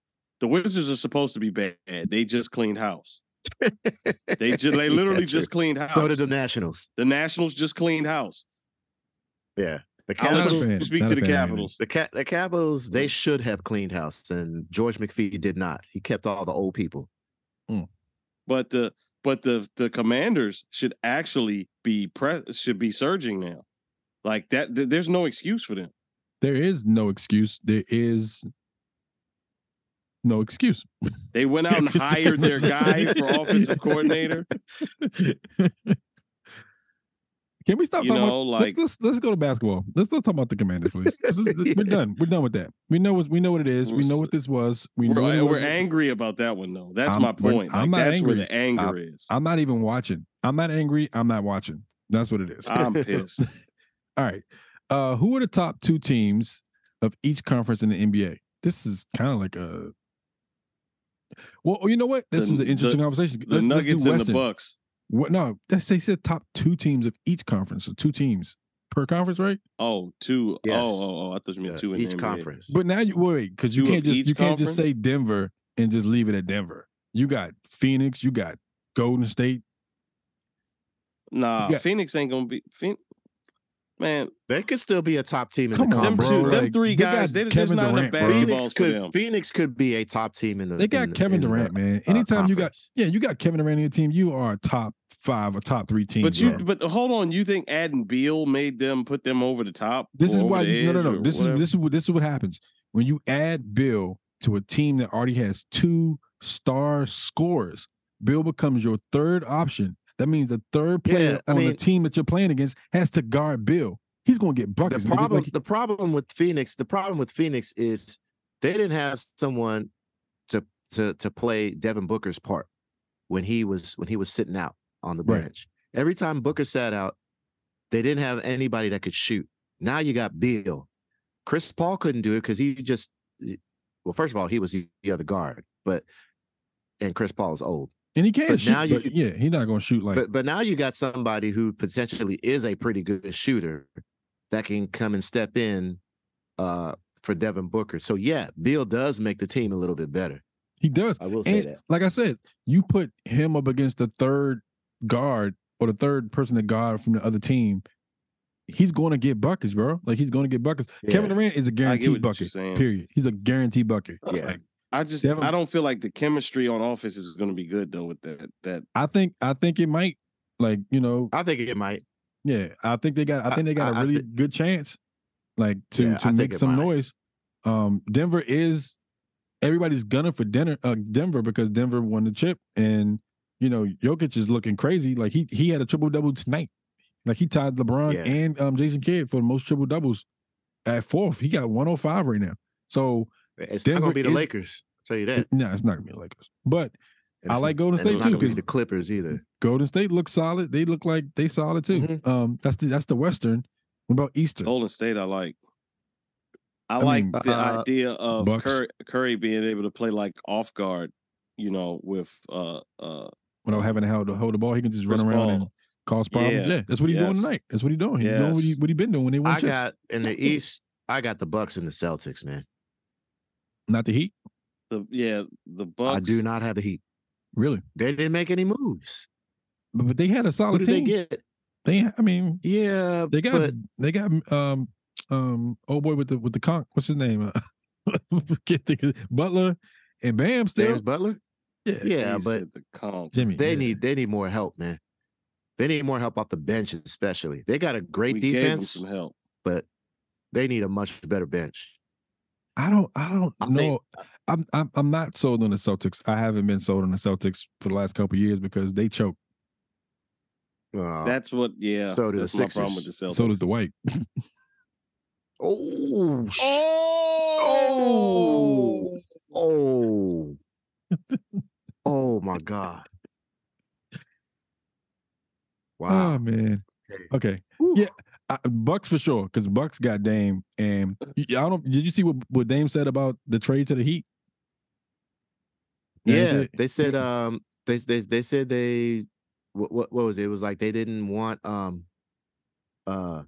Speaker 5: The Wizards are supposed to be bad. They just cleaned house. They just they literally just cleaned house.
Speaker 4: so did the Nationals.
Speaker 5: The Nationals just cleaned house.
Speaker 4: Yeah, the
Speaker 5: I'll let
Speaker 3: Not a
Speaker 4: Capitals.
Speaker 5: you
Speaker 3: fan.
Speaker 5: speak
Speaker 3: Not
Speaker 5: to
Speaker 3: a
Speaker 5: the
Speaker 3: fan, Andy.
Speaker 5: Capitals.
Speaker 4: The cat, the Capitals.
Speaker 5: Mm.
Speaker 4: They should have cleaned house, and George McPhee did not. He kept all the old people.
Speaker 5: But the but the the commanders should actually be pre- should be surging now. Like that th- there's no excuse for them.
Speaker 3: there is no excuse. There is no excuse.
Speaker 5: They went out and hired their guy for offensive coordinator.
Speaker 3: Can we stop
Speaker 5: You
Speaker 3: talking
Speaker 5: know,
Speaker 3: about
Speaker 5: like-
Speaker 3: let's, let's let's go to basketball. Let's not talk about the commanders, please. This is- this- We're
Speaker 4: Yeah.
Speaker 3: done. We're done with that. We know what we know what it is. We
Speaker 5: We're
Speaker 3: know
Speaker 5: s-
Speaker 3: what this was. We know what it
Speaker 5: We're, we're
Speaker 3: was.
Speaker 5: angry about that one though. That's
Speaker 3: I'm-
Speaker 5: my
Speaker 3: we're-
Speaker 5: point.
Speaker 3: I'm
Speaker 5: Like,
Speaker 3: not
Speaker 5: that's where
Speaker 3: angry.
Speaker 5: the anger is.
Speaker 3: I'm not even watching. I'm not angry. I'm not watching. That's what it is.
Speaker 5: I'm pissed.
Speaker 3: All right. Uh who are the top two teams of each conference in the NBA? This is kind of like a well, you know what? This
Speaker 5: The-
Speaker 3: is an interesting
Speaker 5: the-
Speaker 3: conversation.
Speaker 5: The Nuggets and the
Speaker 3: Western.
Speaker 5: Bucks.
Speaker 3: What? No, that's they said top two teams of each conference, so two teams per conference, right?
Speaker 5: Oh, two. oh,
Speaker 4: Yes.
Speaker 5: Oh, oh, I thought you meant
Speaker 4: Yeah,
Speaker 5: two in the
Speaker 4: uh, each
Speaker 5: NBA.
Speaker 4: conference.
Speaker 3: But now you wait because you
Speaker 5: Two of
Speaker 3: can't just
Speaker 5: each
Speaker 3: you can't just
Speaker 5: conference?
Speaker 3: say Denver and just leave it at Denver. You got Phoenix, you got Golden State.
Speaker 5: Nah,
Speaker 3: Yeah.
Speaker 5: Phoenix ain't gonna be. Phoen Man,
Speaker 4: they could still be a top team in
Speaker 3: Come
Speaker 4: the
Speaker 3: on,
Speaker 5: them
Speaker 3: bro,
Speaker 4: conference.
Speaker 5: two,
Speaker 3: like,
Speaker 5: them three
Speaker 3: they
Speaker 5: guys.
Speaker 3: got
Speaker 5: They, there's
Speaker 3: Kevin
Speaker 5: not
Speaker 3: Durant, bro.
Speaker 5: enough
Speaker 4: Phoenix
Speaker 5: basketballs for
Speaker 4: could
Speaker 5: them.
Speaker 4: Phoenix could be a top team in the.
Speaker 3: They got
Speaker 4: in the-
Speaker 3: Kevin
Speaker 4: in the,
Speaker 3: Durant, man.
Speaker 4: uh,
Speaker 3: Anytime you got
Speaker 4: conference.
Speaker 3: yeah, you got Kevin Durant in your team, you are a top five or top three team.
Speaker 5: But you,
Speaker 3: bro.
Speaker 5: but hold on. You think adding Beal made them put them over the top?
Speaker 3: this
Speaker 5: or
Speaker 3: is
Speaker 5: over
Speaker 3: why
Speaker 5: the
Speaker 3: you, no no
Speaker 5: edge
Speaker 3: no.
Speaker 5: or
Speaker 3: This is
Speaker 5: whatever?
Speaker 3: this is what this is what happens when you add Bill to a team that already has two star scorers. Bill becomes your third option. That means the third
Speaker 4: Yeah,
Speaker 3: player
Speaker 4: I
Speaker 3: on the
Speaker 4: mean-
Speaker 3: team that you're playing against has to guard Bill. He's gonna get
Speaker 4: the
Speaker 3: buckets. nigga.
Speaker 4: problem
Speaker 3: Like,
Speaker 4: the problem with Phoenix the problem with Phoenix is they didn't have someone to to to play Devin Booker's part when he was when he was sitting out on the
Speaker 3: Right.
Speaker 4: bench. Every time Booker sat out, they didn't have anybody that could shoot. Now you got Beal. Chris Paul couldn't do it because he just well, first of all, he was the the other guard, but and Chris Paul is old.
Speaker 3: and he can't
Speaker 4: but
Speaker 3: shoot.
Speaker 4: now you
Speaker 3: but
Speaker 4: could-
Speaker 3: yeah, he's not gonna shoot like
Speaker 4: But but now you got somebody who potentially is a pretty good shooter that can come and step in uh, for Devin Booker. So yeah, Beal does make the team a little bit better.
Speaker 3: he does.
Speaker 4: I will say
Speaker 3: And like I said, you put him up against the third guard or the third person to guard from the other team. He's going to get buckets, bro. Like he's going to get buckets.
Speaker 4: that.
Speaker 3: Kevin Durant is a
Speaker 5: what you're
Speaker 3: guaranteed bucket.
Speaker 5: saying.
Speaker 3: Period. He's a guaranteed bucket.
Speaker 4: Yeah.
Speaker 3: Like,
Speaker 5: I just,
Speaker 3: Devin-
Speaker 5: I don't feel like the chemistry on offense is going to be good though with that. That
Speaker 3: I think I think it might like, you know,
Speaker 4: I think it might.
Speaker 3: yeah, I think they got I
Speaker 4: I-
Speaker 3: think they got a
Speaker 4: I- I
Speaker 3: really
Speaker 4: thi-
Speaker 3: good chance like to
Speaker 4: Yeah,
Speaker 3: to
Speaker 4: I think
Speaker 3: make
Speaker 4: it
Speaker 3: some
Speaker 4: might.
Speaker 3: noise. Um Denver is everybody's gunning for dinner uh, Denver because Denver won the chip and you know, Jokic is looking crazy. Like he he had a triple double tonight. Like he tied LeBron
Speaker 4: Yeah.
Speaker 3: and um Jason Kidd for the most triple doubles at fourth. He got 105 right now. So
Speaker 4: It's not
Speaker 3: Denver
Speaker 4: gonna be the
Speaker 3: is-
Speaker 4: Lakers. I'll tell you that.
Speaker 3: no, it's not gonna be the Lakers. But
Speaker 4: And
Speaker 3: I
Speaker 4: it's-
Speaker 3: like Golden
Speaker 4: and it's
Speaker 3: State,
Speaker 4: not
Speaker 3: too,
Speaker 4: gonna be
Speaker 3: 'cause-
Speaker 4: the Clippers either.
Speaker 3: Golden State looks solid. They look like they solid too.
Speaker 4: Mhm.
Speaker 3: Um, that's the that's the Western. What about Eastern?
Speaker 5: Golden State, I like. I,
Speaker 3: I
Speaker 5: like
Speaker 3: mean,
Speaker 5: the
Speaker 4: uh,
Speaker 5: idea of
Speaker 3: Bucks.
Speaker 5: Curry, Curry being able to play like off guard, you know, with uh uh
Speaker 3: Without having to hold, to hold the ball, he can just run
Speaker 5: Chris
Speaker 3: around
Speaker 5: Paul.
Speaker 3: and cause problems.
Speaker 5: Yeah.
Speaker 3: Yeah, that's what he's doing
Speaker 5: Yes.
Speaker 3: tonight. That's what he's doing. He's doing what he
Speaker 5: Yes.
Speaker 3: what he been doing when they won
Speaker 4: I
Speaker 3: chips.
Speaker 4: got in the East. I got the Bucks and the Celtics, man.
Speaker 3: Not the Heat,
Speaker 5: the yeah the Bucks.
Speaker 4: I do not have the Heat.
Speaker 3: really,
Speaker 4: They didn't make any moves.
Speaker 3: but, but they had a
Speaker 4: Who
Speaker 3: solid
Speaker 4: did
Speaker 3: Oh, team.
Speaker 4: they get?
Speaker 3: They- I mean,
Speaker 4: Yeah,
Speaker 3: they got
Speaker 4: But,
Speaker 3: they got um um oh boy with the with the conk. What's his name? Uh, forget the Butler and Bam
Speaker 4: James
Speaker 3: still.
Speaker 4: Butler.
Speaker 3: Yeah,
Speaker 4: Yeah,
Speaker 5: He
Speaker 4: but
Speaker 5: said the comp.
Speaker 3: Jimmy.
Speaker 4: They
Speaker 3: yeah.
Speaker 4: need they need more help, man. They need more help off the bench, especially. They got a great
Speaker 5: We gave him
Speaker 4: defense,
Speaker 5: some help.
Speaker 4: but they need a much better bench.
Speaker 3: I don't. I don't
Speaker 4: I
Speaker 3: know.
Speaker 4: think-
Speaker 3: I'm, I'm. I'm not sold on the Celtics. I haven't been sold on the Celtics for the last couple of years because they choke.
Speaker 4: Uh,
Speaker 5: That's what. Yeah.
Speaker 4: so do the
Speaker 5: that's my problem with the Celtics.
Speaker 3: So does the White.
Speaker 4: oh, sh-
Speaker 5: Oh.
Speaker 4: oh, oh, oh my god! Wow.
Speaker 3: Oh man.
Speaker 4: Okay.
Speaker 3: Okay.
Speaker 4: Whew.
Speaker 3: Yeah. I, Bucks for sure because Bucks got Dame and
Speaker 4: Uh,
Speaker 3: y- I don't. Did you see what what Dame said about the trade to the Heat? That's
Speaker 4: Yeah,
Speaker 3: it.
Speaker 4: they said um they they they said they what what, what was it? it was like they didn't want um uh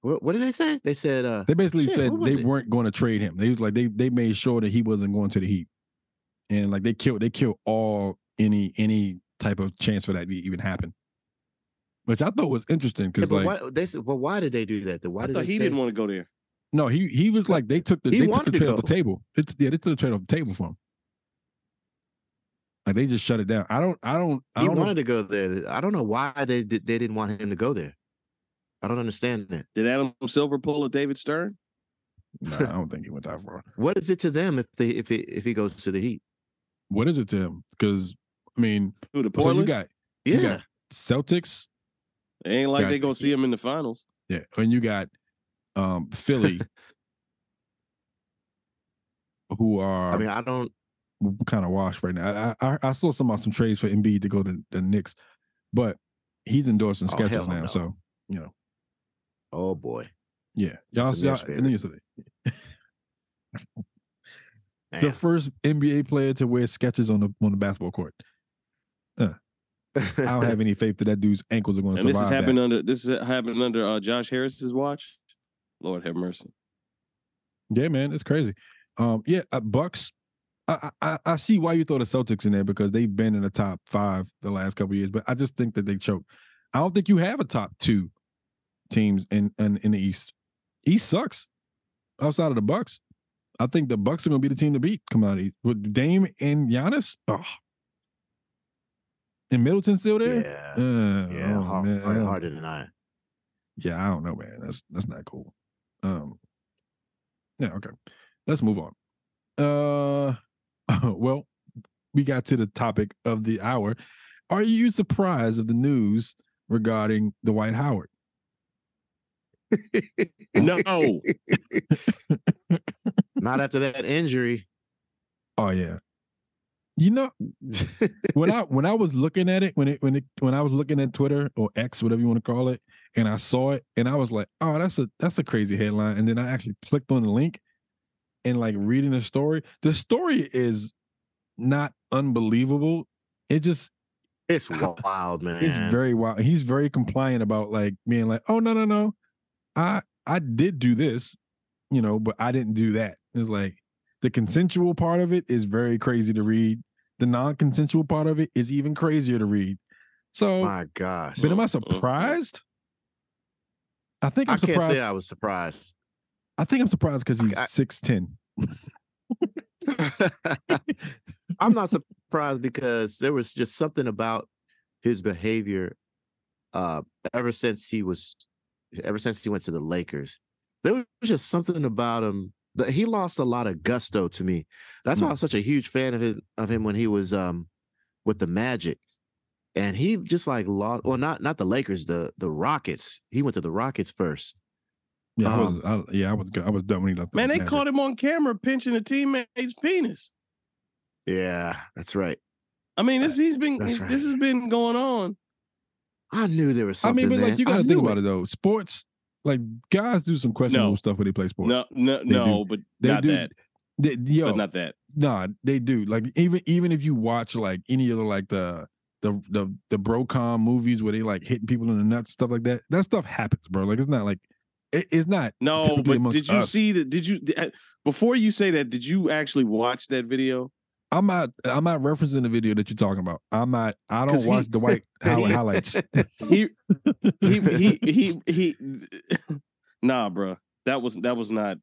Speaker 4: what what did they say? They said uh
Speaker 3: They basically
Speaker 4: Shit,
Speaker 3: said
Speaker 4: what was
Speaker 3: they
Speaker 4: it?
Speaker 3: weren't going to trade him. They was like they they made sure that he wasn't going to the Heat, and like they killed they killed all any any type of chance for that to even happen. Which I thought was interesting
Speaker 4: yeah,
Speaker 3: because
Speaker 4: but
Speaker 3: like
Speaker 4: why they said well why did they do that? then? Why
Speaker 5: I
Speaker 4: did
Speaker 5: thought
Speaker 4: they
Speaker 5: he
Speaker 4: say,
Speaker 5: didn't want to go there.
Speaker 3: no he he was like they took the
Speaker 4: He
Speaker 3: they took the
Speaker 4: wanted to
Speaker 3: trade off the
Speaker 4: go.
Speaker 3: table. It's, yeah, they took the trade off the table for him. Like they just shut it down. I don't I don't I
Speaker 4: he
Speaker 3: don't know.
Speaker 4: wanted to go there. I don't know why they did they didn't want him to go there. I don't understand that.
Speaker 5: Did Adam Silver pull a David Stern?
Speaker 3: Nah, I don't think he went that far.
Speaker 4: What is it to them if they if he if he goes to the Heat?
Speaker 3: What is it to him? Because I mean,
Speaker 5: Who
Speaker 3: Oh,
Speaker 5: to
Speaker 3: so you
Speaker 5: Portland?
Speaker 3: got
Speaker 4: Yeah,
Speaker 3: You got Celtics,
Speaker 5: It ain't like
Speaker 3: Got
Speaker 5: they
Speaker 3: you.
Speaker 5: gonna see him in the finals.
Speaker 3: Yeah, and you got um Philly, who are
Speaker 4: I mean, I don't.
Speaker 3: kind of washed right now. I, I I saw some uh, some trades for Embiid to go to the Knicks, but he's endorsing
Speaker 4: Oh,
Speaker 3: sketches
Speaker 4: hell
Speaker 3: now,
Speaker 4: no.
Speaker 3: so you know,
Speaker 4: Oh boy.
Speaker 3: yeah, y'all,
Speaker 4: It's a
Speaker 3: y'all
Speaker 4: Knicks
Speaker 3: and then you said it. the
Speaker 4: Damn.
Speaker 3: first NBA player to wear sketches on the on the basketball court. I don't have any faith that that dude's ankles are going to
Speaker 5: And this
Speaker 3: survive.
Speaker 5: has
Speaker 3: that.
Speaker 5: happened under this has happened under uh, Josh Harris's watch. Lord have mercy.
Speaker 3: Yeah, man, it's crazy. Um, yeah, uh, Bucks. I, I I- I see why you throw the Celtics in there because they've been in the top five the last couple years, but I just think that they choke. I don't think you have a top two teams in in, in the East. East sucks outside of the Bucks. I think the Bucks are going to be the team to beat. Come on, East. with Dame and Giannis. Oh. And Middleton still there?
Speaker 4: yeah.
Speaker 3: Uh,
Speaker 4: Yeah.
Speaker 3: oh,
Speaker 4: hard,
Speaker 3: man.
Speaker 4: hard- harder than I.
Speaker 3: Yeah, I don't know, man. That's that's not cool. Um Yeah, okay. Let's move on. Uh well, we got to the topic of the hour. Are you surprised of the news regarding the White Howard?
Speaker 5: No.
Speaker 4: Not after that injury.
Speaker 3: Oh yeah. You know, when I when I was looking at it, when it when it when I was looking at Twitter or X, whatever you want to call it, and I saw it, and I was like, "Oh, that's a that's a crazy headline." And then I actually clicked on the link, and like reading the story, the story is not unbelievable. It just
Speaker 4: it's wild, man.
Speaker 3: it's very wild. He's very compliant about like being like, "Oh no no no, I I did do this, you know, but I didn't do that." It's like the consensual part of it is very crazy to read. The non-consensual part of it is even crazier to read. So,
Speaker 4: My gosh.
Speaker 3: but am I
Speaker 5: Mm, mm, mm.
Speaker 3: surprised? I think
Speaker 4: I
Speaker 3: I'm
Speaker 4: can't
Speaker 3: surprised.
Speaker 4: say
Speaker 3: I...
Speaker 4: I was surprised.
Speaker 3: think I'm surprised because he's
Speaker 4: I-
Speaker 3: six ten.
Speaker 4: I'm not surprised because there was just something about his behavior uh ever since he was ever since he went to the Lakers. There was just something about him that he lost a lot of gusto to me. That's
Speaker 3: Mm.
Speaker 4: why I was such a huge fan of him of him when he was um with the Magic. And he just like lost well not not the Lakers, the the Rockets. He went to the Rockets first.
Speaker 3: Yeah,
Speaker 4: Um,
Speaker 3: I was, I, yeah, I was. go- I was done when he left. the
Speaker 5: Man, they
Speaker 3: Magic.
Speaker 5: caught him on camera pinching a teammate's penis.
Speaker 4: Yeah, that's right.
Speaker 5: I mean, this he's been
Speaker 4: That's
Speaker 5: this
Speaker 4: right.
Speaker 5: has been going on.
Speaker 4: I knew there was
Speaker 3: I
Speaker 4: something.
Speaker 3: mean, but like you got to think about
Speaker 4: it.
Speaker 3: it though. Sports, like guys, do some questionable
Speaker 5: No.
Speaker 3: stuff when they play sports.
Speaker 5: No, no, no, but
Speaker 3: They
Speaker 5: not
Speaker 3: do-
Speaker 5: that.
Speaker 3: They- yo,
Speaker 5: But not that.
Speaker 3: nah, they do. Like even even if you watch like any of the like the the the the brocom movies where they like hitting people in the nuts stuff like that. That stuff happens, bro. Like it's not like it, it's not.
Speaker 5: No,
Speaker 3: typically
Speaker 5: but
Speaker 3: amongst
Speaker 5: did you
Speaker 3: us.
Speaker 5: see that? Did you uh, before you say that? Did you actually watch that video?
Speaker 3: I'm not. I'm not referencing the video that you're talking about. I'm not. I don't
Speaker 5: 'Cause he-
Speaker 3: watch the White Howard
Speaker 5: he-
Speaker 3: highlights.
Speaker 5: He he he he he. Nah, bruh. That was that was not.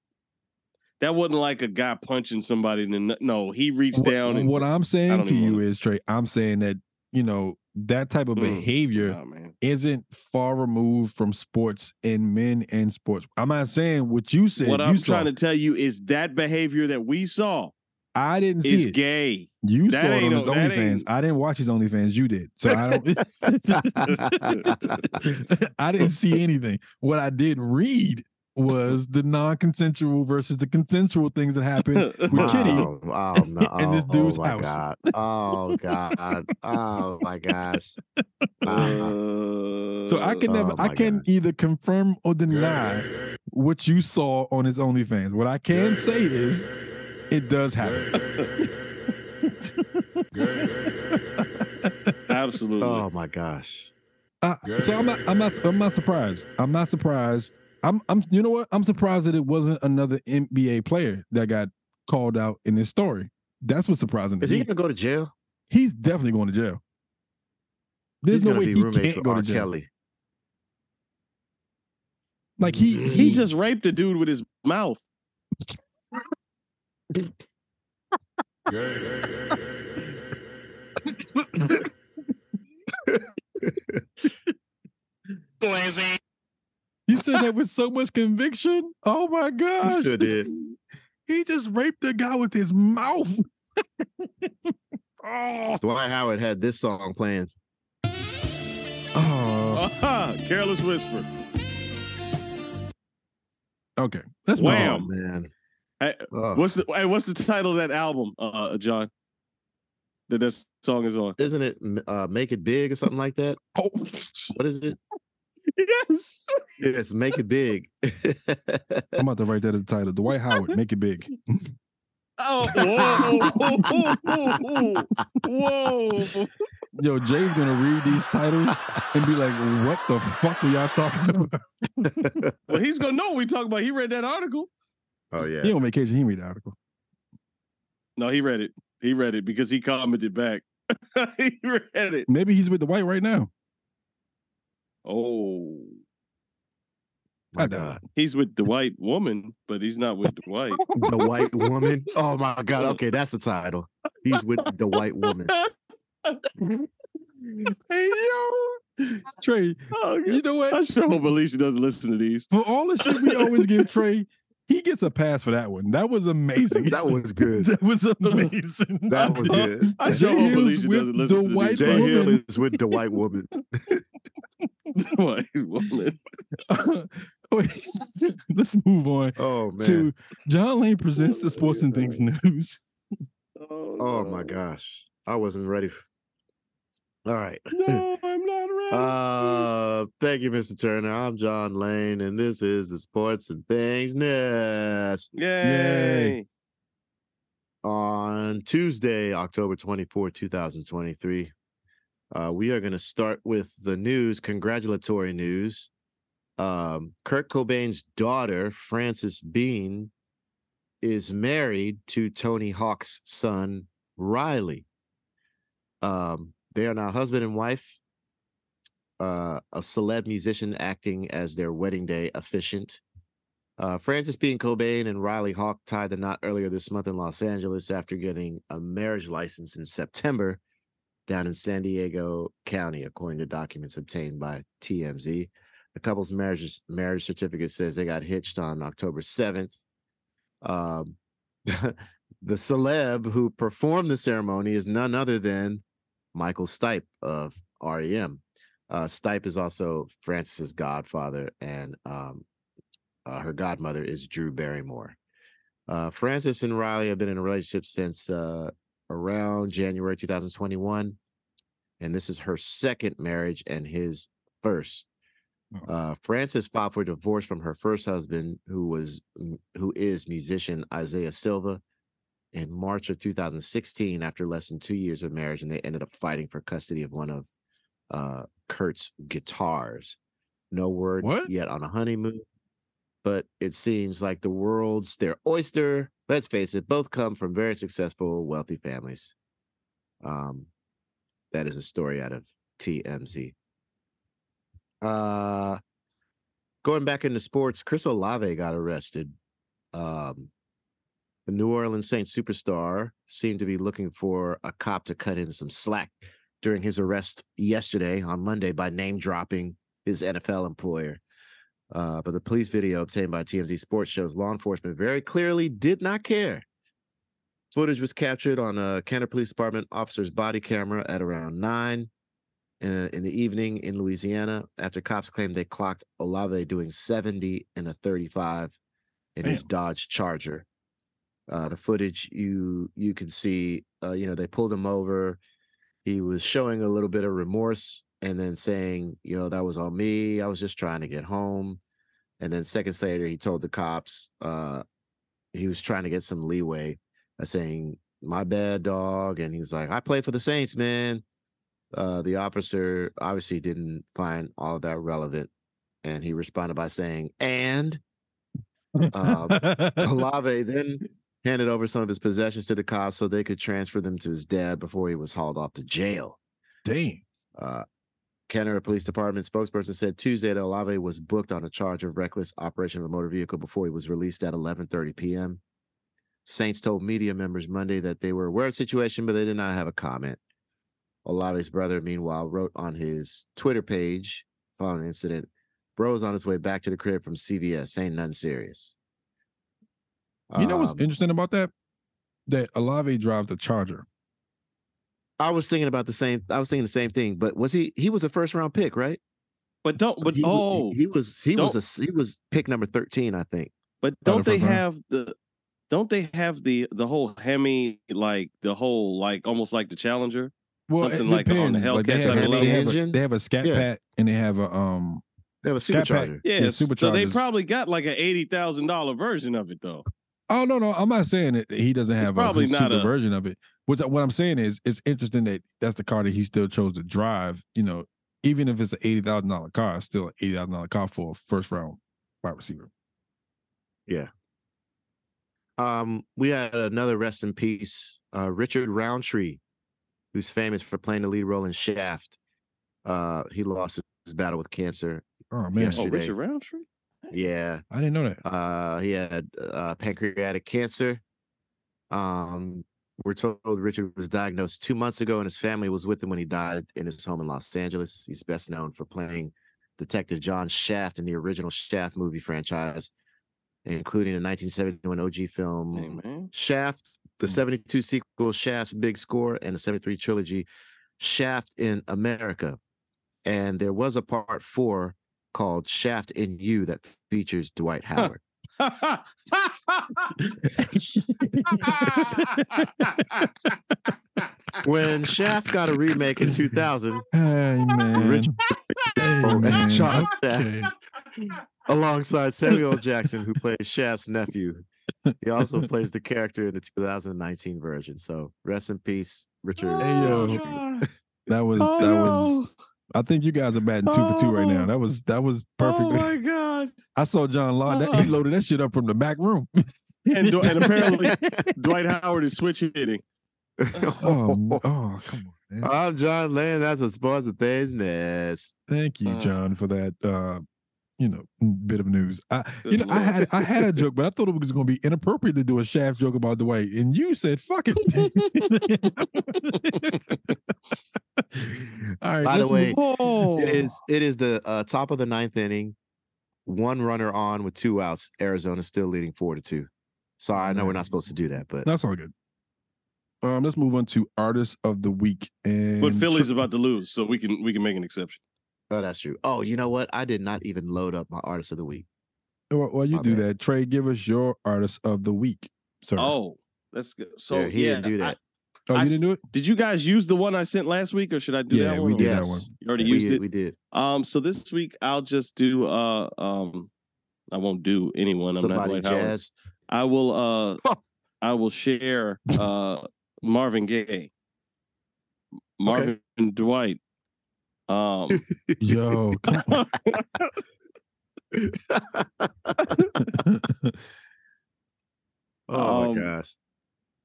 Speaker 5: That wasn't like a guy punching somebody. In the, nu- no, he reached
Speaker 3: What,
Speaker 5: down and
Speaker 3: what I'm saying
Speaker 5: don't
Speaker 3: to
Speaker 5: even
Speaker 3: you
Speaker 5: wanna-
Speaker 3: is, Trey. I'm saying that you know that type of
Speaker 5: Mm.
Speaker 3: behavior.
Speaker 5: Nah, man.
Speaker 3: isn't far removed from sports and men and sports. I'm not saying what you said.
Speaker 5: What
Speaker 3: you
Speaker 5: I'm
Speaker 3: saw.
Speaker 5: trying to tell you is that behavior that we saw
Speaker 3: I didn't see
Speaker 5: is
Speaker 3: it.
Speaker 5: gay.
Speaker 3: You
Speaker 5: that
Speaker 3: saw it on
Speaker 5: ain't
Speaker 3: his
Speaker 5: no- that
Speaker 3: OnlyFans.
Speaker 5: ain't-
Speaker 3: I didn't watch his OnlyFans. You did, so I don't. I didn't see anything. What I did read was the non-consensual versus the consensual things that happened.
Speaker 4: Wow.
Speaker 3: With Kitty
Speaker 4: Oh, no.
Speaker 3: in this dude's
Speaker 4: oh, my
Speaker 3: house.
Speaker 4: God. Oh God. Oh my gosh. Wow.
Speaker 5: Uh,
Speaker 3: So I can never.
Speaker 4: Oh
Speaker 3: I
Speaker 4: my
Speaker 3: can
Speaker 4: gosh.
Speaker 3: either confirm or deny what you saw on his OnlyFans. What I can say is, it does happen.
Speaker 5: absolutely.
Speaker 4: Oh my gosh.
Speaker 3: Uh, so I'm not, I'm not, I'm not surprised. I'm not surprised. I'm, I'm, you know what? I'm surprised that it wasn't another NBA player that got called out in this story. That's what's surprising. To
Speaker 4: Is he
Speaker 3: me.
Speaker 4: gonna go to jail?
Speaker 3: He's definitely going to jail. There's
Speaker 4: He's
Speaker 3: no
Speaker 4: gonna
Speaker 3: way
Speaker 4: be
Speaker 3: he
Speaker 4: roommates
Speaker 3: can't
Speaker 4: with
Speaker 3: go
Speaker 4: R.
Speaker 3: to jail.
Speaker 4: Kelly.
Speaker 3: Like
Speaker 4: Mm-hmm.
Speaker 3: he,
Speaker 5: he just raped a dude with his mouth.
Speaker 3: he said that with so much conviction. Oh my gosh!
Speaker 4: sure did.
Speaker 3: He just raped the guy with his mouth. oh.
Speaker 4: Dwight Howard had this song playing.
Speaker 3: Oh,
Speaker 5: Ah, careless whisper.
Speaker 3: Okay, that's
Speaker 5: Wow.
Speaker 3: my
Speaker 5: Wham.
Speaker 4: Oh, man.
Speaker 5: Hey,
Speaker 4: Oh.
Speaker 5: What's the hey, what's the title of that album, uh, John? That that song is on.
Speaker 4: Isn't it m- uh, Make It Big or something like that?
Speaker 3: Oh,
Speaker 4: What is it?
Speaker 5: Yes.
Speaker 4: Yes, Make It Big.
Speaker 3: I'm about to write that as a title. Dwight Howard, make it big.
Speaker 5: Oh, whoa, whoa, whoa.
Speaker 3: Yo, Jay's gonna read these titles and be like, "What the fuck are y'all talking
Speaker 4: Oh,
Speaker 3: about?"
Speaker 5: Well, he's gonna know what we talk about. He read that article.
Speaker 4: oh, yeah.
Speaker 3: He on vacation. He read the article.
Speaker 5: No, he read it. He read it because he commented back. he read it.
Speaker 3: Maybe he's with the white right now.
Speaker 5: Oh,
Speaker 3: I
Speaker 4: My
Speaker 3: doubt
Speaker 4: God.
Speaker 5: he's with the white woman, but he's not with the white.
Speaker 4: The White Woman. Oh, my God. Okay, that's the title. He's with the White Woman.
Speaker 3: Hey yo, Trey.
Speaker 5: Oh,
Speaker 3: You know what?
Speaker 5: I sure hope Alicia doesn't listen to these.
Speaker 3: For all the shit we always give Trey, he gets a pass for that one. That was amazing.
Speaker 4: That was good.
Speaker 3: That was amazing.
Speaker 4: That was good.
Speaker 5: I sure hope
Speaker 3: He is
Speaker 5: Alicia
Speaker 3: with
Speaker 5: doesn't listen
Speaker 3: the
Speaker 5: to these.
Speaker 3: white
Speaker 4: Jay Hill
Speaker 3: woman.
Speaker 4: is with the White Woman.
Speaker 5: white woman.
Speaker 3: Wait, let's move on
Speaker 4: Oh, man.
Speaker 3: to John Lane presents the sports and things news.
Speaker 4: Oh,
Speaker 5: no.
Speaker 4: my gosh. I wasn't ready. f- All right.
Speaker 5: No, I'm not ready.
Speaker 4: Uh, thank you, Mr. Turner. I'm John Lane, and this is the Sports and Things Nest.
Speaker 5: Yay.
Speaker 4: On Tuesday, October 24, 2023, uh, we are going to start with the news, congratulatory news. Um, Kurt Cobain's daughter, Frances Bean, is married to Tony Hawk's son, Riley. Um, they are now husband and wife. Uh, a celeb musician acting as their wedding day officiant. Uh, Francis Bean Cobain and Riley Hawk tied the knot earlier this month in Los Angeles after getting a marriage license in September down in San Diego County, according to documents obtained by TMZ. The couple's marriage marriage certificate says they got hitched on October seventh. Um, the celeb who performed the ceremony is none other than Michael Stipe of REM. Uh, Stipe is also Francis's godfather, and um, uh, her godmother is Drew Barrymore. Uh, Francis and Riley have been in a relationship since uh, around January 2021, and this is her second marriage and his first.
Speaker 3: Oh.
Speaker 4: Uh, Francis filed for divorce from her first husband, who was m- who is musician Isaiah Silva, in March of 2016 after less than two years of marriage, and they ended up fighting for custody of one of uh, Kurt's guitars. No word
Speaker 3: What?
Speaker 4: yet on a honeymoon, but it seems like the world's their oyster. Let's face it, both come from very successful, wealthy families. Um, that is a story out of TMZ. Uh, going back into sports, Chris Olave got arrested. Um, the New Orleans Saints superstar seemed to be looking for a cop to cut him some slack during his arrest yesterday on Monday by name dropping his NFL employer. Uh, but the police video obtained by TMZ Sports shows law enforcement very clearly did not care. Footage was captured on a Canada Police Department officer's body camera at around nine uh, in the evening in Louisiana after cops claimed they clocked Olave doing 70 and a 35 in his Dodge Charger. Uh, the footage you you can see, uh, you know, they pulled him over. He was showing a little bit of remorse and then saying, you know, that was on me. I was just trying to get home. And then seconds later, he told the cops uh, he was trying to get some leeway, uh, saying, "My bad, dog." And he was like, "I play for the Saints, man." Uh, the officer obviously didn't find all of that relevant, and he responded by saying, "And." Um, Olave then handed over some of his possessions to the cops so they could transfer them to his dad before he was hauled off to jail.
Speaker 3: Damn.
Speaker 4: Uh, Canada Police Department spokesperson said Tuesday that Olave was booked on a charge of reckless operation of a motor vehicle before he was released at 11:30 p.m. Saints told media members Monday that they were aware of the situation, but they did not have a comment. Olave's brother, meanwhile, wrote on his Twitter page following the incident, "Bro is on his way back to the crib from CVS. Ain't nothing serious."
Speaker 3: You know what's
Speaker 4: Um,
Speaker 3: interesting about that? That Alave drives the Charger.
Speaker 4: I was thinking about the same. I was thinking the same thing. But was he? He was a first round pick, right?
Speaker 5: But don't. But
Speaker 4: he, wa-
Speaker 5: oh,
Speaker 4: he, he was he was
Speaker 5: don't-
Speaker 4: a s- he was pick number thirteen, I think.
Speaker 5: but
Speaker 3: Not a
Speaker 5: don't they
Speaker 3: front runner.
Speaker 5: have the? Don't they have the the whole Hemi like the whole like almost like the Challenger?
Speaker 3: Well,
Speaker 5: Something
Speaker 3: it
Speaker 5: like on the
Speaker 3: depends. Like,
Speaker 5: Hellcat
Speaker 3: they, have,
Speaker 5: type
Speaker 3: a-
Speaker 4: of
Speaker 3: they, have a,
Speaker 4: engine?
Speaker 3: they have a Scat
Speaker 4: Yeah.
Speaker 3: Pat and they have a um.
Speaker 4: They have a
Speaker 3: Scat Pack.
Speaker 4: supercharger.
Speaker 5: Yeah, so they
Speaker 3: superchargers.
Speaker 5: probably got like an eighty thousand dollar version of it though.
Speaker 3: Oh no, no, I'm not saying that he doesn't have
Speaker 5: probably
Speaker 3: a
Speaker 5: not
Speaker 3: super
Speaker 5: a-
Speaker 3: version of it. What what I'm saying is, it's interesting that that's the car that he still chose to drive. You know, even if it's an eighty thousand dollar car, it's still an eighty thousand dollar car for a first round wide receiver.
Speaker 4: Um, we had another rest in peace, uh, Richard Roundtree, who's famous for playing the lead role in Shaft. Uh, he lost his battle with cancer.
Speaker 3: Oh man,
Speaker 4: Yes.
Speaker 5: Oh,
Speaker 4: Yesterday.
Speaker 5: Richard Roundtree.
Speaker 4: Yeah,
Speaker 3: I didn't know that.
Speaker 4: uh, he had uh, pancreatic cancer. Um, we're told Richard was diagnosed two months ago, and his family was with him when he died in his home in Los Angeles. He's best known for playing Detective John Shaft in the original Shaft movie franchise, including the 1971 OG film
Speaker 5: Hey man,
Speaker 4: Shaft, the
Speaker 3: Mm.
Speaker 4: 72 sequel Shaft's Big Score, and the 73 trilogy Shaft in America. And there was a part four called Shaft in You that features Dwight Howard. when Shaft got a remake in 2000,
Speaker 3: Hey man,
Speaker 4: Rich-
Speaker 3: Hey,
Speaker 4: Oh,
Speaker 3: man.
Speaker 4: that's John Shaft
Speaker 3: Okay.
Speaker 4: alongside Samuel L. Jackson, who plays Shaft's nephew. He also plays the character in the 2019 version. So rest in peace, Richard.
Speaker 3: Hey, yo.
Speaker 4: Roundtree.
Speaker 3: That was
Speaker 5: Oh,
Speaker 3: that
Speaker 5: no.
Speaker 3: was. I think you guys are batting two for two right now.
Speaker 5: Oh.
Speaker 3: That was that was perfect.
Speaker 5: Oh my god!
Speaker 3: I saw John Law. That, he
Speaker 5: Oh.
Speaker 3: loaded that shit up from the back room.
Speaker 5: And, Dw- and apparently Dwight Howard is switch hitting.
Speaker 3: oh, m- oh, come on, man.
Speaker 4: I'm John Land. That's a sponsor business.
Speaker 3: Thank you,
Speaker 4: Mm.
Speaker 5: Uh.
Speaker 3: John, for that. Uh, you know, m- bit of news. I, you
Speaker 5: Good
Speaker 3: know, I
Speaker 5: lord.
Speaker 3: had I had a joke, but I thought it was going to be inappropriate to do a shaft joke about Dwight, and you said, "Fuck it." All right.
Speaker 4: By the
Speaker 3: let's
Speaker 4: way,
Speaker 3: move-
Speaker 5: Oh,
Speaker 4: It is it is the uh, top of the ninth inning, one runner on with two outs. Arizona still leading four to two. Sorry, I know we're not supposed to do that, but
Speaker 3: that's all good. Um, let's move on to artist of the week, and
Speaker 5: But Philly's about to lose, so we can we can make an exception.
Speaker 4: oh, that's true. Oh, you know what? I did not even load up my artist of the week.
Speaker 3: Well, while you
Speaker 4: My
Speaker 3: do
Speaker 4: bad.
Speaker 3: that, Trey, give us your artist of the week. Sir.
Speaker 5: Oh, that's good. So
Speaker 4: Yeah, he
Speaker 5: yeah,
Speaker 4: didn't do that.
Speaker 3: Oh, you
Speaker 5: I
Speaker 3: didn't do it?
Speaker 5: I- did you guys use the one I sent last week, or should I do
Speaker 3: Yeah,
Speaker 5: that
Speaker 3: we
Speaker 5: one?
Speaker 3: did that
Speaker 4: yes,
Speaker 3: one.
Speaker 5: You already
Speaker 4: we
Speaker 5: used
Speaker 4: did,
Speaker 5: it.
Speaker 4: We did.
Speaker 5: Um, so this week I'll just do uh um, I won't do anyone. I'm not
Speaker 4: Somebody
Speaker 5: Dwight Howard.
Speaker 4: jazz.
Speaker 5: I will uh
Speaker 4: Huh.
Speaker 5: I will share uh Marvin Gaye. Marvin Dwight. Um
Speaker 3: Yo, come on.
Speaker 4: Oh
Speaker 5: Um,
Speaker 4: my gosh!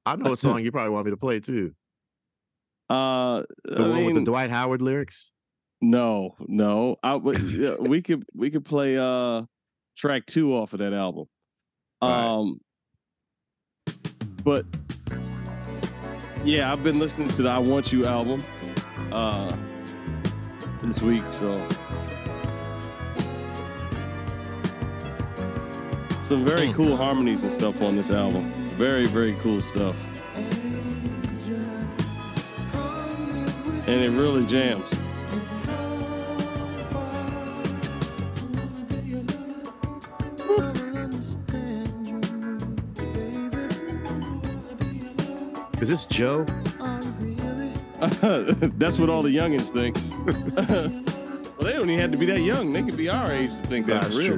Speaker 4: I know a song you probably want me to play too.
Speaker 5: uh
Speaker 4: The
Speaker 5: I
Speaker 4: one with the
Speaker 5: mean,
Speaker 4: Dwight Howard lyrics.
Speaker 5: No, no. I would yeah, we could we could play uh track 2 off of that album.
Speaker 4: Alright.
Speaker 5: Um but yeah, I've been listening to the I Want You album uh this week, so some very
Speaker 4: Mm.
Speaker 5: cool harmonies and stuff on this album. Very, very cool stuff. And it really jams.
Speaker 4: Is this Joe?
Speaker 5: That's what all the youngins think. well, they don't even have to be that young. They could be our age to think that.
Speaker 4: That's
Speaker 5: for real.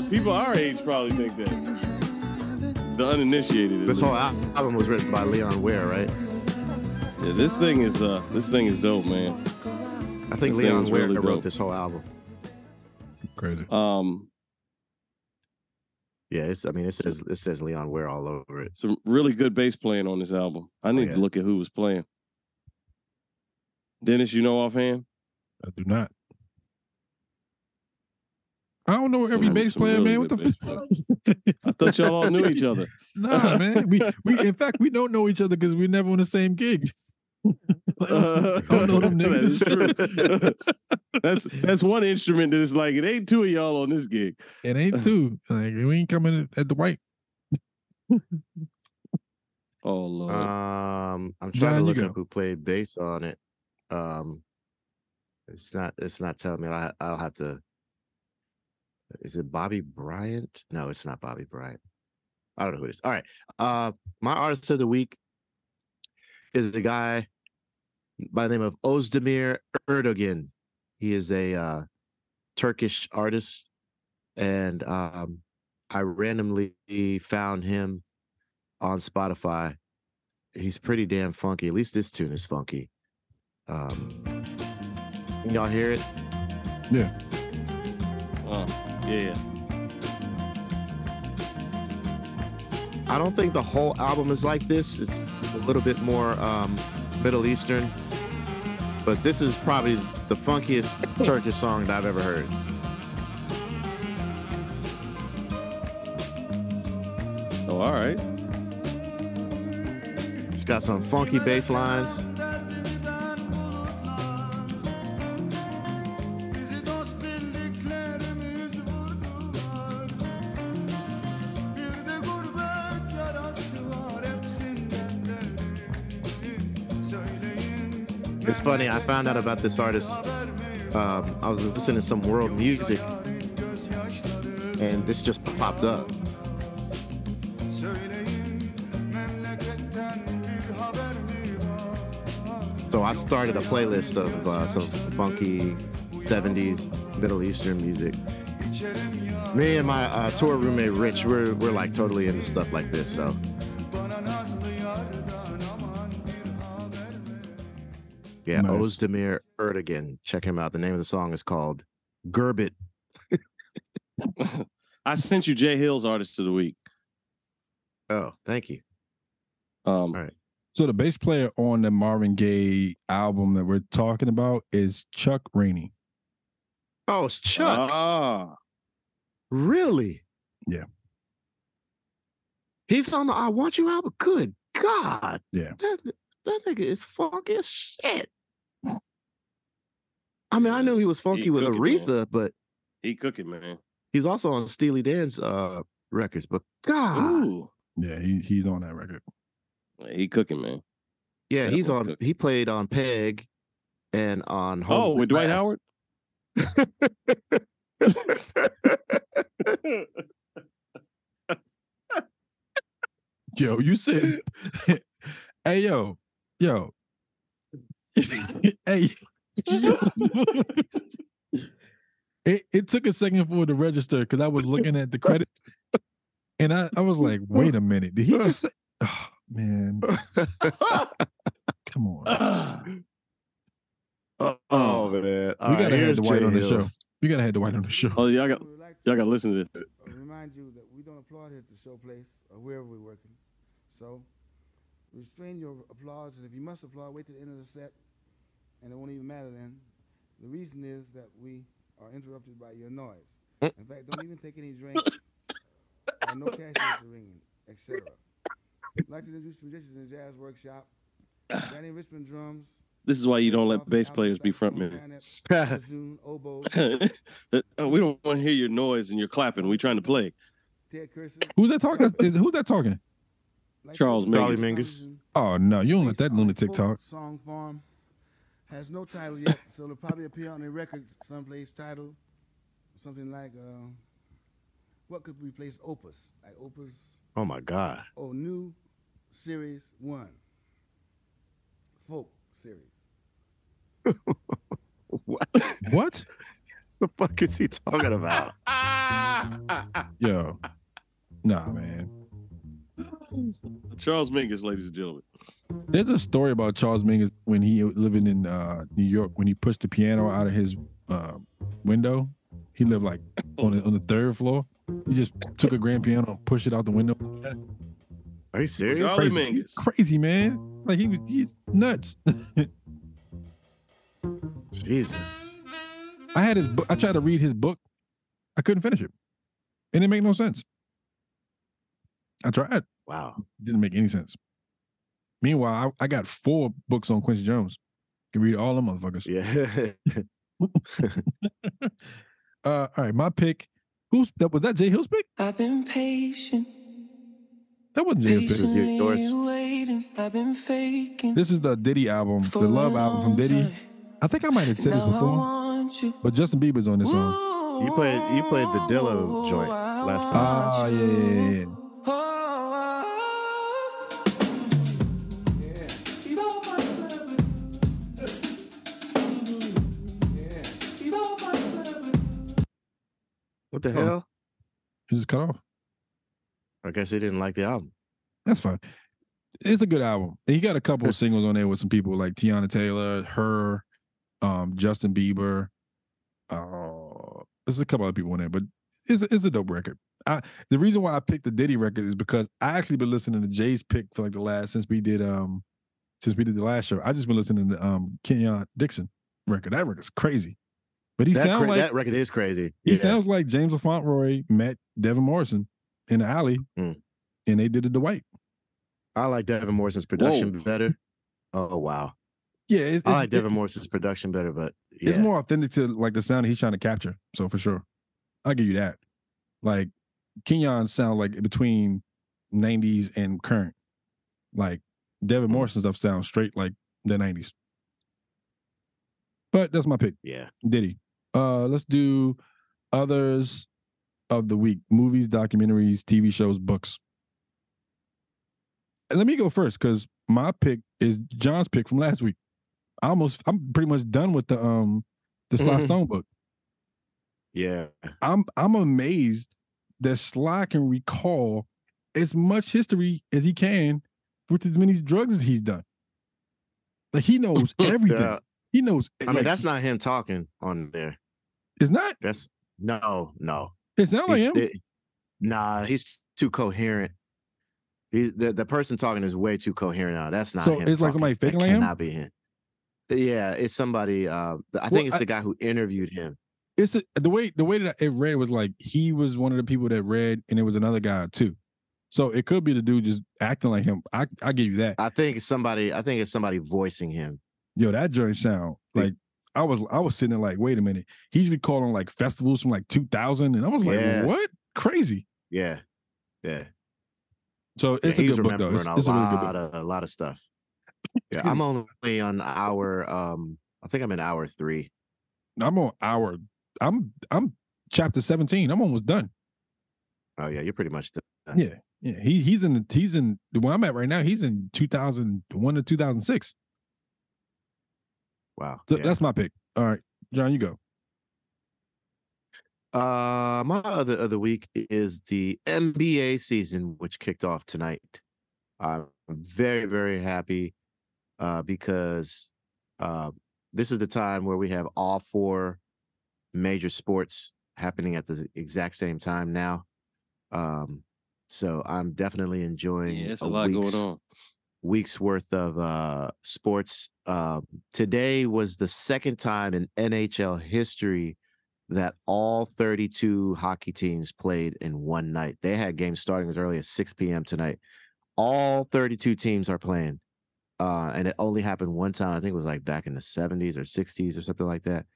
Speaker 5: the people our age probably think that. The uninitiated. at
Speaker 4: This
Speaker 5: least.
Speaker 4: whole al- album was written by Leon Ware, right?
Speaker 5: Yeah, this thing is uh, this thing is dope, man.
Speaker 4: I think
Speaker 5: This thing
Speaker 4: Leon
Speaker 5: is
Speaker 4: Ware
Speaker 5: really
Speaker 4: wrote
Speaker 5: dope.
Speaker 4: this whole album.
Speaker 3: Crazy.
Speaker 5: Um,
Speaker 4: Yeah, it's. I mean, it says it says Leon Ware all over it.
Speaker 5: some really good bass playing on this album. I need
Speaker 4: Oh, yeah.
Speaker 5: to look at who was playing. Dennis, you know offhand?
Speaker 3: I do not. I don't know every
Speaker 5: Some-
Speaker 3: bass
Speaker 5: some
Speaker 3: player,
Speaker 5: really
Speaker 3: man. What the
Speaker 5: good
Speaker 3: fuck?
Speaker 5: bass I thought y'all all knew each other.
Speaker 3: Nah, man. We we in fact we don't know each other because we're never on the same gig.
Speaker 5: Uh,
Speaker 3: don't know them
Speaker 5: that is
Speaker 3: niggas.
Speaker 5: true. that's that's one instrument that is like it ain't two of y'all on this gig.
Speaker 3: It ain't two. Like we ain't coming at the white.
Speaker 5: Oh lord.
Speaker 4: Um, I'm trying
Speaker 3: John,
Speaker 4: to
Speaker 3: you
Speaker 4: look
Speaker 3: go.
Speaker 4: up who played bass on it. Um, It's not. It's not telling me. I, I'll have to. Is it Bobby Bryant? No, it's not Bobby Bryant. I don't know who it is. All right. Uh, my artist of the week is a guy by the name of Ozdemir Erdogan. He is a uh, Turkish artist, and um, I randomly found him on Spotify. He's pretty damn funky. At least this tune is funky. Um, can y'all hear it?
Speaker 5: Uh, yeah.
Speaker 4: I don't think the whole album is like this. It's a little bit more um, Middle Eastern, but this is probably the funkiest Turkish song that I've ever heard.
Speaker 5: Oh, all right.
Speaker 4: It's got some funky bass lines. It's funny. I found out about this artist. Um, I was listening to some world music, and this just popped up. So I started a playlist of uh, some funky 70s Middle Eastern music. Me and my uh, tour roommate Rich, we're, we're like totally into stuff like this. So yeah,
Speaker 3: Nice.
Speaker 4: Ozdemir Erdogan. Check him out. The name of the song is called Gerbit.
Speaker 5: I sent you Jay Hill's artist of the week.
Speaker 4: Oh, thank you.
Speaker 5: Um,
Speaker 4: right.
Speaker 3: So the bass player on the Marvin Gaye album that we're talking about is Chuck Rainey.
Speaker 4: Oh, it's Chuck.
Speaker 5: Ah,
Speaker 4: really?
Speaker 3: Yeah.
Speaker 4: He's on the I Want You album. Good God.
Speaker 3: Yeah.
Speaker 4: That that nigga is funky as shit. I mean, I knew he was funky with
Speaker 5: cooking, man.
Speaker 4: Aretha, but
Speaker 5: he cooking, man.
Speaker 4: he's also on Steely Dan's uh records. But God,
Speaker 5: Ooh,
Speaker 3: Yeah, he, he's on that record.
Speaker 5: he cooking, man.
Speaker 4: yeah,
Speaker 5: that
Speaker 4: he's
Speaker 5: one's
Speaker 4: on.
Speaker 5: cooked.
Speaker 4: He played on Peg, and on Home
Speaker 5: Oh,
Speaker 4: Free
Speaker 5: with Dwight
Speaker 4: Glass.
Speaker 5: Howard.
Speaker 3: Yo, you said, hey yo, yo, hey. yo. it it took a second for it to register because I was looking at the credits, and I I was like, wait a minute, did he just say? Oh, man, come on,
Speaker 5: Ah,
Speaker 4: Oh, oh man, All
Speaker 3: We
Speaker 4: right,
Speaker 3: gotta have
Speaker 4: here's
Speaker 3: Dwight
Speaker 4: Jay
Speaker 3: on the show.
Speaker 4: Hills.
Speaker 3: you gotta have Dwight on the show.
Speaker 5: oh, y'all got
Speaker 6: We would like to
Speaker 5: y'all got to listen to this.
Speaker 6: remind you that we don't applaud here at the show place or wherever we're working. So restrain your applause, and if you must applaud, wait till the end of the set, and it won't even matter then. The reason is that we are interrupted by your noise. In fact, don't even take any drinks or no cashiers are ringing, etc. I'd like to introduce musicians in the jazz workshop. Johnny Richmond drums.
Speaker 5: This is why you don't let
Speaker 6: Ralph
Speaker 5: bass
Speaker 6: Allen
Speaker 5: players be front
Speaker 6: saxophone,
Speaker 5: men.
Speaker 6: clarinet, bassoon, oboe,
Speaker 5: Oh, we don't want to hear your noise and your clapping. We trying to play.
Speaker 6: Ted Curson.
Speaker 3: Who's that talking? Is, who's that talking?
Speaker 5: Charles
Speaker 4: Charlie Mingus.
Speaker 3: Oh no, you don't let that
Speaker 6: Based on
Speaker 3: lunatic
Speaker 6: folk
Speaker 3: talk.
Speaker 6: Song form has no title yet, so it'll probably appear on a record someplace titled something like uh, "What could replace Opus?" Like Opus
Speaker 4: Oh my God,
Speaker 6: or New Series One, Folk Series.
Speaker 4: what
Speaker 3: What?
Speaker 4: the fuck is he talking about?
Speaker 3: Yo, nah, man.
Speaker 5: Charles Mingus, ladies and gentlemen.
Speaker 3: There's a story about Charles Mingus when he was living in uh, New York when he pushed the piano out of his uh, window. He lived like on the, on the third floor. He just took a grand piano and pushed it out the window.
Speaker 4: Are you serious?
Speaker 5: Charlie
Speaker 3: Crazy.
Speaker 5: Mingus.
Speaker 3: Crazy man, like he was he's nuts.
Speaker 4: Jesus.
Speaker 3: I had his book. I tried to read his book. I couldn't finish it. And it made no sense. I tried.
Speaker 4: Wow.
Speaker 3: Didn't make any sense. Meanwhile, I, I got four books on Quincy Jones. Can read all them motherfuckers.
Speaker 4: Yeah.
Speaker 3: Uh, all right, my pick. Who's that? Was that Jay Hill's pick?
Speaker 7: I've been patient,
Speaker 3: That wasn't Jay Hill's pick.
Speaker 7: patiently
Speaker 4: yours.
Speaker 7: waiting. I've been faking
Speaker 3: This is the Diddy album,
Speaker 7: for
Speaker 3: the Love
Speaker 7: a
Speaker 3: album from
Speaker 7: long
Speaker 3: Diddy.
Speaker 7: time.
Speaker 3: I think I might have said this before, but Justin Bieber's on this song.
Speaker 4: You played you played the Dillo joint last time.
Speaker 3: Ah, yeah, yeah, yeah.
Speaker 6: Yeah. Yeah.
Speaker 4: what the
Speaker 3: oh.
Speaker 4: hell?
Speaker 3: It just cut off.
Speaker 4: I guess they didn't like the album.
Speaker 3: That's fine. It's a good album. And He got a couple of singles on there with some people like Tiana Taylor, her, um, Justin Bieber. Uh, there's a couple other people on there, but it's a, it's a dope record. I the reason why I picked the Diddy record is because I actually been listening to Jay's pick for like the last since we did um since we did the last show. I just been listening to um Kenyon Dixon record. That record's crazy. But he
Speaker 4: that,
Speaker 3: sounds
Speaker 4: cra-
Speaker 3: like
Speaker 4: that record is crazy.
Speaker 3: He
Speaker 4: Yeah.
Speaker 3: sounds like James LaFontroy met Devin Morrison in the alley,
Speaker 4: Mm.
Speaker 3: and they did it the white.
Speaker 4: I like Devin Morrison's production better. Oh wow,
Speaker 3: Yeah, it's,
Speaker 4: I
Speaker 3: it's-
Speaker 4: like Devin Morrison's production better, but yeah.
Speaker 3: it's more authentic to like the sound he's trying to capture. So for sure, I'll give you that. Like Kenyon sound like between '90s and current. Like
Speaker 4: Mm.
Speaker 3: Devin Morrison stuff sounds straight like the '90s. But that's my pick.
Speaker 4: yeah.
Speaker 3: Diddy. Uh, let's do others of the week: movies, documentaries, TV shows, books. And Let me go first because my pick is John's pick from last week. I almost, I'm pretty much done with the um the Sly
Speaker 4: Mhm.
Speaker 3: Stone book.
Speaker 4: Yeah.
Speaker 3: I'm I'm amazed that Sly can recall as much history as he can with as many drugs as he's done. Like he knows everything.
Speaker 4: Yeah.
Speaker 3: He knows.
Speaker 4: I mean,
Speaker 3: like,
Speaker 4: that's not him talking on there.
Speaker 3: it's not.
Speaker 4: That's no, no.
Speaker 3: It's not like
Speaker 4: He's-
Speaker 3: him.
Speaker 4: it- nah, he's too coherent. He, the, the person talking is way too coherent now. That's not
Speaker 3: So
Speaker 4: him.
Speaker 3: it's like
Speaker 4: talking.
Speaker 3: somebody
Speaker 4: That
Speaker 3: faking like him?
Speaker 4: cannot be him. Yeah, it's somebody. Uh, th- I
Speaker 3: Well,
Speaker 4: think it's
Speaker 3: I-
Speaker 4: the guy who interviewed him.
Speaker 3: it's a, the way the way that it read was like he was one of the people that read, and it was another guy too. So it could be the dude just acting like him. I I give you that.
Speaker 4: I think it's somebody. I think it's somebody voicing him.
Speaker 3: Yo, that joint sound like I was I was sitting there like, wait a minute, he's recalling like festivals from like 2000, and I was like,
Speaker 4: Yeah.
Speaker 3: what? Crazy.
Speaker 4: Yeah, yeah.
Speaker 3: So it's
Speaker 4: yeah,
Speaker 3: a
Speaker 4: he's
Speaker 3: good book though. It's,
Speaker 4: remembering
Speaker 3: it's
Speaker 4: a
Speaker 3: a really good
Speaker 4: lot
Speaker 3: book.
Speaker 4: of a lot of stuff. Yeah,
Speaker 3: Excuse
Speaker 4: I'm only on hour. Um, I think I'm in hour three.
Speaker 3: I'm on hour. I'm I'm chapter 17. I'm almost done.
Speaker 4: Oh yeah, you're pretty much. done.
Speaker 3: Yeah, yeah. He he's in the he's in where I'm at right now. He's in 2001 to 2006.
Speaker 4: Wow.
Speaker 3: So
Speaker 4: yeah.
Speaker 3: That's my pick. All right, John, you go.
Speaker 4: Uh, my other other week is the NBA season, which kicked off tonight. I'm very very happy uh, because uh, this is the time where we have all four major sports happening at the s- exact same time now. Um, so I'm definitely enjoying
Speaker 5: Yeah, it's a lot
Speaker 4: week's-
Speaker 5: going on.
Speaker 4: weeks worth of uh, sports. Uh, today was the second time in NHL history that all 32 hockey teams played in one night. They had games starting as early as 6 p.m. tonight. All 32 teams are playing. Uh, and it only happened one time. I think it was like back in the 70s or 60s or something like that.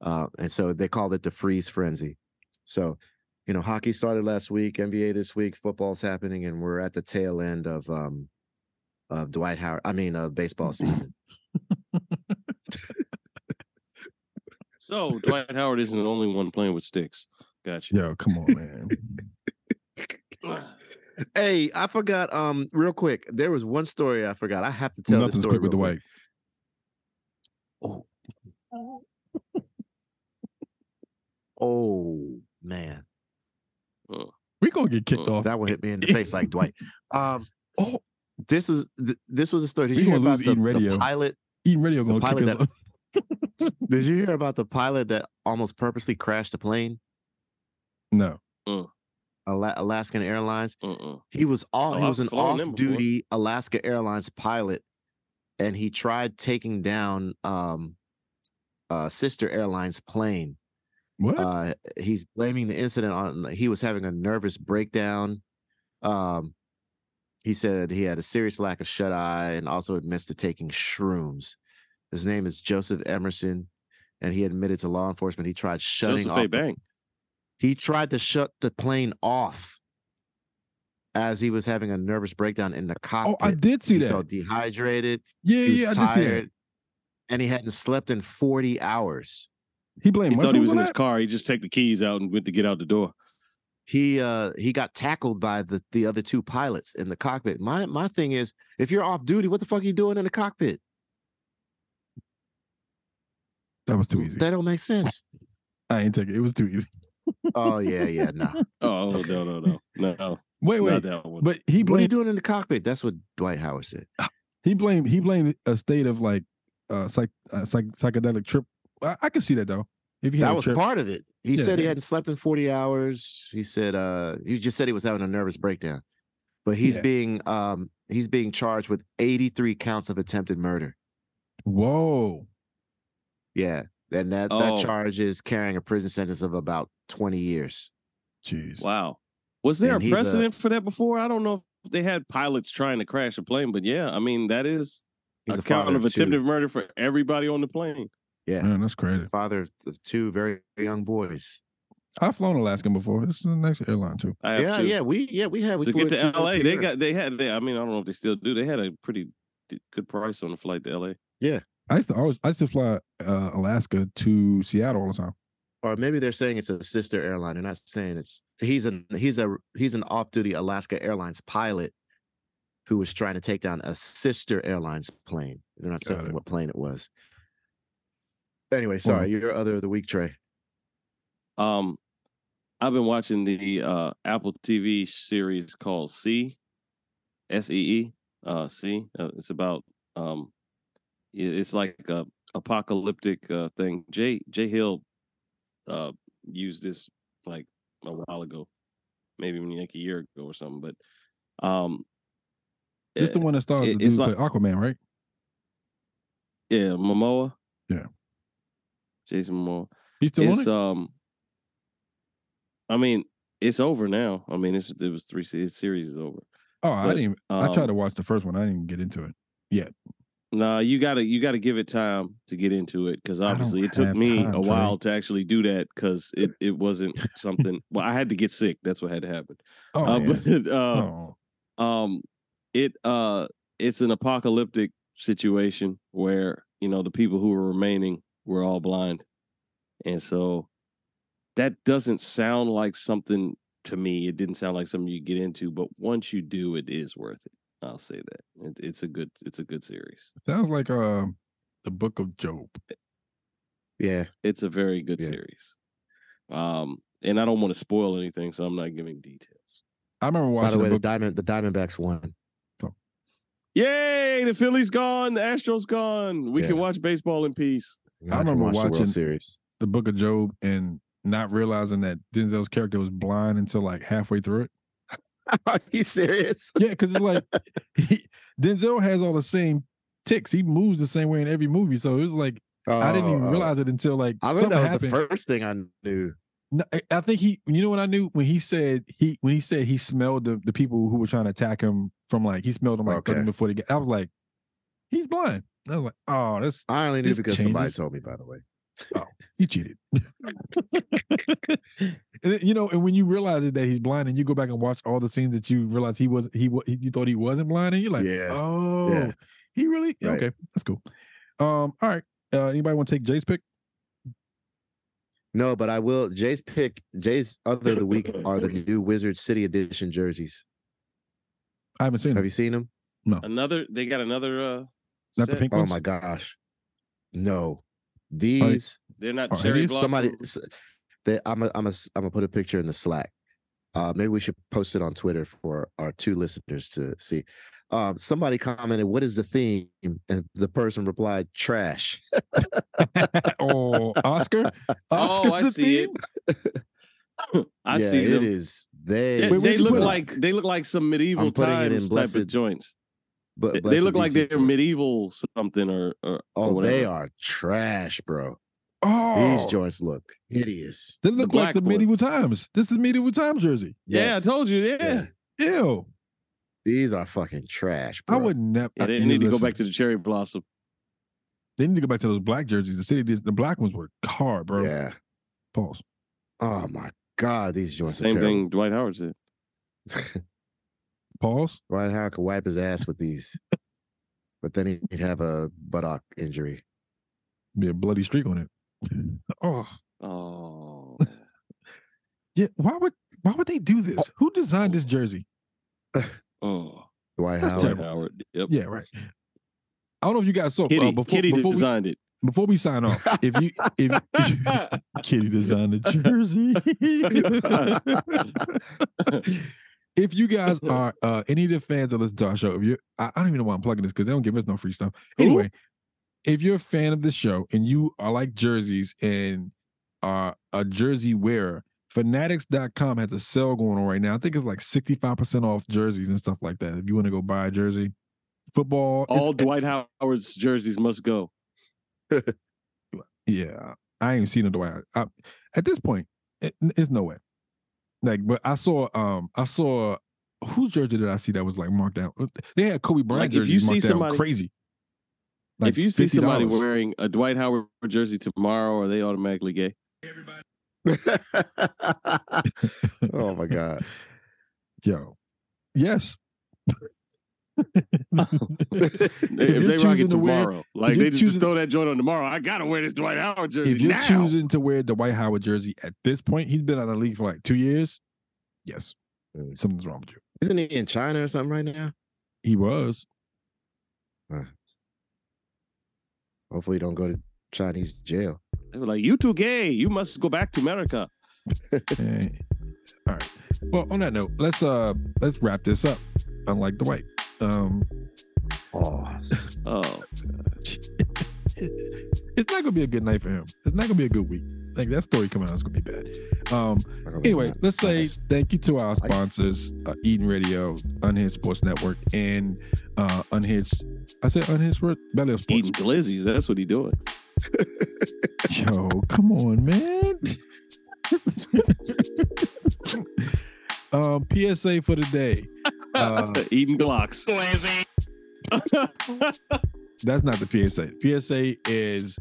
Speaker 4: Uh, and so they called it the freeze frenzy. So, you know, hockey started last week, NBA this week, football's happening, and we're at the tail end of um, of Dwight Howard. I mean, of baseball season.
Speaker 5: So Dwight Howard isn't the only one playing with sticks. Gotcha.
Speaker 3: Yo, come on, man.
Speaker 4: hey, I forgot. Um, real quick, there was one story I forgot. I have to tell this
Speaker 3: Nothing's
Speaker 4: story.
Speaker 3: quick with
Speaker 4: real quick.
Speaker 3: Dwight.
Speaker 4: Oh man,
Speaker 3: We're gonna get kicked
Speaker 5: Uh,
Speaker 3: off.
Speaker 4: that one hit me in the face like Dwight. Um,
Speaker 3: Oh,
Speaker 4: this is th- this was a story. Did
Speaker 3: We
Speaker 4: you hear
Speaker 3: gonna
Speaker 4: about
Speaker 3: lose
Speaker 4: the,
Speaker 3: Eaton
Speaker 4: the
Speaker 3: Radio.
Speaker 4: pilot?
Speaker 3: Eaton Radio
Speaker 4: the
Speaker 3: gonna kick
Speaker 4: pilot
Speaker 3: us off.
Speaker 4: Did you hear about the pilot that almost purposely crashed a plane?
Speaker 3: No.
Speaker 4: Ala- Alaskan Airlines.
Speaker 5: Uh-uh.
Speaker 4: He was all
Speaker 5: Oh,
Speaker 4: he
Speaker 5: I've
Speaker 4: was an
Speaker 5: flown them before.
Speaker 4: off-duty Alaska Airlines pilot, and he tried taking down um, uh, sister airlines plane.
Speaker 3: What?
Speaker 4: Uh, he's blaming the incident on he was having a nervous breakdown. Um, he said he had a serious lack of shut eye and also admits to taking shrooms. His name is Joseph Emerson, and he admitted to law enforcement he tried shutting
Speaker 5: Joseph
Speaker 4: off
Speaker 5: A.
Speaker 4: the
Speaker 5: Bank.
Speaker 4: he tried to shut the plane off as he was having a nervous breakdown in the
Speaker 3: oh,
Speaker 4: cockpit.
Speaker 3: I did see
Speaker 4: he
Speaker 3: that.
Speaker 4: felt dehydrated.
Speaker 3: Yeah,
Speaker 4: He was
Speaker 3: yeah, I did see that.
Speaker 4: tired. and he hadn't slept in 40 hours.
Speaker 3: He blamed.
Speaker 5: He thought
Speaker 3: Muffles
Speaker 5: he was
Speaker 3: on
Speaker 5: in his
Speaker 3: that?
Speaker 5: car. He just took the keys out and went to get out the door.
Speaker 4: He uh he got tackled by the the other two pilots in the cockpit. My my thing is, if you're off duty, what the fuck are you doing in the cockpit?
Speaker 3: That was too easy.
Speaker 4: That don't make sense.
Speaker 3: I ain't take it. It was too easy.
Speaker 4: oh yeah, yeah, no.
Speaker 5: Oh no no no no no!
Speaker 3: Wait,
Speaker 5: not
Speaker 3: wait.
Speaker 5: that one.
Speaker 3: But he
Speaker 4: What are you
Speaker 3: blamed.
Speaker 4: doing in the cockpit? That's what Dwight Howard said.
Speaker 3: He blamed. He blamed a state of like uh, psych, uh, psych psychedelic trip. I, I could see that though. If he had
Speaker 4: that
Speaker 3: a
Speaker 4: was
Speaker 3: trip,
Speaker 4: part of it. He
Speaker 3: Yeah,
Speaker 4: said he
Speaker 3: yeah.
Speaker 4: hadn't slept in 40 hours. He said uh he just said he was having a nervous breakdown. But he's
Speaker 3: Yeah.
Speaker 4: being um he's being charged with 83 counts of attempted murder.
Speaker 3: whoa,
Speaker 4: Yeah. And that,
Speaker 5: Oh.
Speaker 4: that charge is carrying a prison sentence of about 20 years.
Speaker 3: jeez.
Speaker 5: Wow, was there
Speaker 4: And
Speaker 5: a
Speaker 4: he's uh, a-
Speaker 5: precedent for that before? I don't know if they had pilots trying to crash a plane, but yeah, I mean that is
Speaker 4: He's
Speaker 5: a
Speaker 4: a father
Speaker 5: count of
Speaker 4: of two.
Speaker 5: attempted murder for everybody on the plane.
Speaker 4: Yeah.
Speaker 3: Man, that's
Speaker 4: He's
Speaker 3: crazy.
Speaker 4: a father of two very young boys.
Speaker 3: I've flown Alaskan before. This is the next airline too.
Speaker 5: I have
Speaker 4: Yeah,
Speaker 5: to,
Speaker 4: yeah. We yeah, we had we
Speaker 5: to
Speaker 4: flew
Speaker 5: get to
Speaker 4: two folks
Speaker 5: L.A.
Speaker 4: here.
Speaker 5: They got they had they, I mean I don't know if they still do. They had a pretty d- good price on the flight to L.A.
Speaker 3: I used to always. I used to fly uh, Alaska to Seattle all the time.
Speaker 4: or maybe they're saying it's a sister airline. They're not saying it's he's an he's a he's an off-duty Alaska Airlines pilot who was trying to take down a sister airlines plane. They're not
Speaker 3: Got
Speaker 4: saying
Speaker 3: it.
Speaker 4: what plane it was. Anyway, sorry, your other of the week, Trey.
Speaker 5: Um, I've been watching the uh, Apple TV series called C, S E E, uh, C. Uh, it's about um, i- it's like a apocalyptic uh, thing. Jay Jay Hill uh, used this like a while ago, maybe even, like a year ago or something. But um,
Speaker 3: It's the
Speaker 5: eh,
Speaker 3: one that started
Speaker 5: it-
Speaker 3: the
Speaker 5: it's
Speaker 3: dude
Speaker 5: like-
Speaker 3: play Aquaman, right?
Speaker 5: yeah, Momoa.
Speaker 3: Yeah.
Speaker 5: Jason Momoa.
Speaker 3: He's still on
Speaker 5: it's
Speaker 4: uh,
Speaker 3: it.
Speaker 5: um i mean it's over now i mean it's it was three se- its series is over
Speaker 3: oh, I
Speaker 5: but,
Speaker 3: didn't. Even, I tried
Speaker 5: um,
Speaker 3: to watch the first one. I didn't even get into it.
Speaker 5: nah you gotta you gotta give it time to get into it because
Speaker 3: don't
Speaker 5: obviously it
Speaker 3: have
Speaker 5: took me
Speaker 3: time,
Speaker 5: a
Speaker 3: Trey.
Speaker 5: while to actually do that because it, it wasn't something well i had to get sick that's what had to happen
Speaker 3: Oh,
Speaker 5: uh,
Speaker 3: yeah.
Speaker 5: but uh,
Speaker 3: oh.
Speaker 5: um it uh it's an apocalyptic situation where you know the people who were remaining were all blind and so that doesn't sound like something to me it didn't sound like something you get into but once you do it is worth it i'll say that it, it's a good it's a good series
Speaker 3: sounds like uh, the Book of Job.
Speaker 4: Yeah.
Speaker 5: it's a very good
Speaker 4: Yeah.
Speaker 5: series um and i don't want to spoil anything so i'm not giving details
Speaker 3: I remember
Speaker 4: By
Speaker 3: watching
Speaker 4: the way, the
Speaker 3: the book.
Speaker 4: diamond the Diamondbacks won.
Speaker 5: yay the phillies gone the astros gone we can
Speaker 4: Yeah.
Speaker 5: watch baseball in peace
Speaker 4: Now can
Speaker 3: remember
Speaker 4: watch the
Speaker 3: watching-
Speaker 4: World Series.
Speaker 3: the Book of Job and not realizing that Denzel's character was blind until like halfway through it.
Speaker 4: Are you serious?
Speaker 3: Yeah, because it's like he, Denzel has all the same ticks. He moves the same way in every movie. So it was like I didn't even
Speaker 4: Oh, oh.
Speaker 3: realize it until like
Speaker 4: I think
Speaker 3: something
Speaker 4: that was
Speaker 3: happened.
Speaker 4: the first thing I knew.
Speaker 3: No, I- I think he. You know what I knew when he said he when he said he smelled the the people who were trying to attack him from like he smelled them like
Speaker 4: Okay.
Speaker 3: thirty before they got. I was like, he's blind. I was like, oh, that's
Speaker 4: I only knew
Speaker 3: This
Speaker 4: because somebody
Speaker 3: changes-
Speaker 4: told me, by the way.
Speaker 3: you cheated. and, then, you know, and when you realize that he's blind, and you go back and watch all the scenes that you realize he was he wa- you thought he wasn't blind, and you're like,
Speaker 4: Yeah.
Speaker 3: oh, he really yeah,
Speaker 4: Right.
Speaker 3: okay. That's cool. Um, all right. Uh, anybody want to take Jay's pick?
Speaker 4: No, but I will. Jay's pick, Jay's other of the week are the new Wizard City Edition jerseys.
Speaker 3: I haven't seen
Speaker 5: Hmm.
Speaker 4: Have
Speaker 3: him.
Speaker 4: you seen them?
Speaker 5: Another, they got another. uh
Speaker 3: Not the
Speaker 5: set.
Speaker 3: pink
Speaker 4: Oh
Speaker 3: ones.
Speaker 4: my gosh. No. These
Speaker 5: They're not
Speaker 3: Are
Speaker 5: cherry
Speaker 3: these?
Speaker 5: blossom.
Speaker 4: somebody s- they, I'm a, I'm a, s- I'm gonna put a picture in the Slack. Uh maybe we should post it on Twitter for our two listeners to see. Um somebody commented, what is the theme? And the person replied, trash.
Speaker 3: oh, Oscar. Oscar's
Speaker 5: oh, I
Speaker 3: the
Speaker 5: see
Speaker 3: theme?
Speaker 5: it. I
Speaker 4: yeah,
Speaker 5: see
Speaker 4: it
Speaker 5: them.
Speaker 4: is. They
Speaker 5: They,
Speaker 3: Wait,
Speaker 5: they
Speaker 3: what's
Speaker 5: look
Speaker 3: the-
Speaker 5: like they look like some medieval
Speaker 4: I'm putting it in
Speaker 5: times type
Speaker 4: blessed-
Speaker 5: of joints.
Speaker 4: but
Speaker 5: They- They
Speaker 4: Blessed
Speaker 5: look like
Speaker 4: DC
Speaker 5: they're
Speaker 4: Sports.
Speaker 5: medieval something or or, or
Speaker 4: Oh,
Speaker 5: whatever.
Speaker 4: they are trash, bro.
Speaker 3: Oh,
Speaker 4: These joints look hideous.
Speaker 3: they
Speaker 5: the
Speaker 3: look
Speaker 5: black
Speaker 3: like the
Speaker 5: one.
Speaker 3: medieval times. This is medieval time jersey.
Speaker 5: Yeah, I
Speaker 4: Yes.
Speaker 5: told you. Yeah,
Speaker 4: Yeah.
Speaker 3: Ew.
Speaker 4: These are fucking trash. Bro.
Speaker 3: I would never.
Speaker 5: Yeah, they
Speaker 3: you
Speaker 5: need to go
Speaker 3: listen.
Speaker 5: back to the cherry blossom.
Speaker 3: They need to go back to those black jerseys. The city, the black ones were hard, bro.
Speaker 4: Yeah.
Speaker 3: Pause.
Speaker 4: Oh my god, these joints are
Speaker 5: Same
Speaker 4: terrible.
Speaker 5: thing Dwight Howard said.
Speaker 3: Pause.
Speaker 4: Ryan Howard could wipe his ass with these, but then he'd have a buttock injury.
Speaker 3: be a bloody streak on it. oh
Speaker 5: Oh,
Speaker 3: yeah, why would why would they do this? Who designed this jersey?
Speaker 5: oh,
Speaker 4: Dwight
Speaker 3: That's
Speaker 4: Howard.
Speaker 3: terrible.
Speaker 5: Howard. Yep.
Speaker 3: Yeah, right. I don't know if you guys saw uh,
Speaker 5: Kitty,
Speaker 3: before
Speaker 5: Kitty
Speaker 3: before we,
Speaker 5: designed it.
Speaker 3: before we sign off. If you if Kitty designed the jersey. if you guys are uh, any of the fans that listen to our show, if you I, I don't even know why I'm plugging this because they don't give us no free stuff.
Speaker 5: Who?
Speaker 3: Anyway, if you're a fan of the show and you are like jerseys and are a jersey wearer, fanatics.com has a sale going on right now. I think it's like 65% off jerseys and stuff like that. If you want to go buy a jersey, football, it's-
Speaker 5: All Dwight Howard's jerseys must go.
Speaker 3: Yeah, I ain't seen a Dwight. Howard. I, at this point, it, it's no way. Like, but I saw, um, I saw whose jersey did I see that was like marked down? Uh, They had Kobe Bryant
Speaker 5: Like, if you
Speaker 3: jerseys
Speaker 5: see
Speaker 3: marked down
Speaker 5: somebody-
Speaker 3: crazy.
Speaker 5: if you see somebody
Speaker 3: $50.
Speaker 5: wearing a Dwight Howard jersey tomorrow, are they automatically gay?
Speaker 4: oh my god.
Speaker 3: yo, yes,
Speaker 5: if,
Speaker 3: you're
Speaker 5: they rock
Speaker 3: choosing
Speaker 5: it
Speaker 3: to wear-
Speaker 5: tomorrow, like
Speaker 3: you're
Speaker 5: they just
Speaker 3: choosing-
Speaker 5: throw that joint on tomorrow. I gotta wear this Dwight Howard jersey
Speaker 3: if you're
Speaker 5: now.
Speaker 3: choosing to wear the White Howard jersey at this point, he's been out of the league for like two years. Yes,
Speaker 4: Mm.
Speaker 3: something's wrong with you.
Speaker 4: Isn't he in China or something right now?
Speaker 3: He was.
Speaker 4: Hopefully he don't go to Chinese jail.
Speaker 5: they were like, "You too gay. You must go back to America."
Speaker 3: Eh, All right. Well, on that note, let's uh let's wrap this up. Unlike the white. Um
Speaker 4: Oh, s-
Speaker 5: Oh,
Speaker 3: it's not gonna be a good night for him. It's not gonna be a good week. Like that story coming out is gonna be bad. Um. Anyway, let's say thank you to our sponsors, uh, Eden Radio, Unhinged Sports Network, and uh Unhinged. I said Unhinged Sports Belly of Sports.
Speaker 5: eating glizzies. That's what he doing.
Speaker 3: Yo, come on, man. um. PSA for the day. Uh,
Speaker 5: eating glocks. Glizzy.
Speaker 3: That's not the PSA. PSA is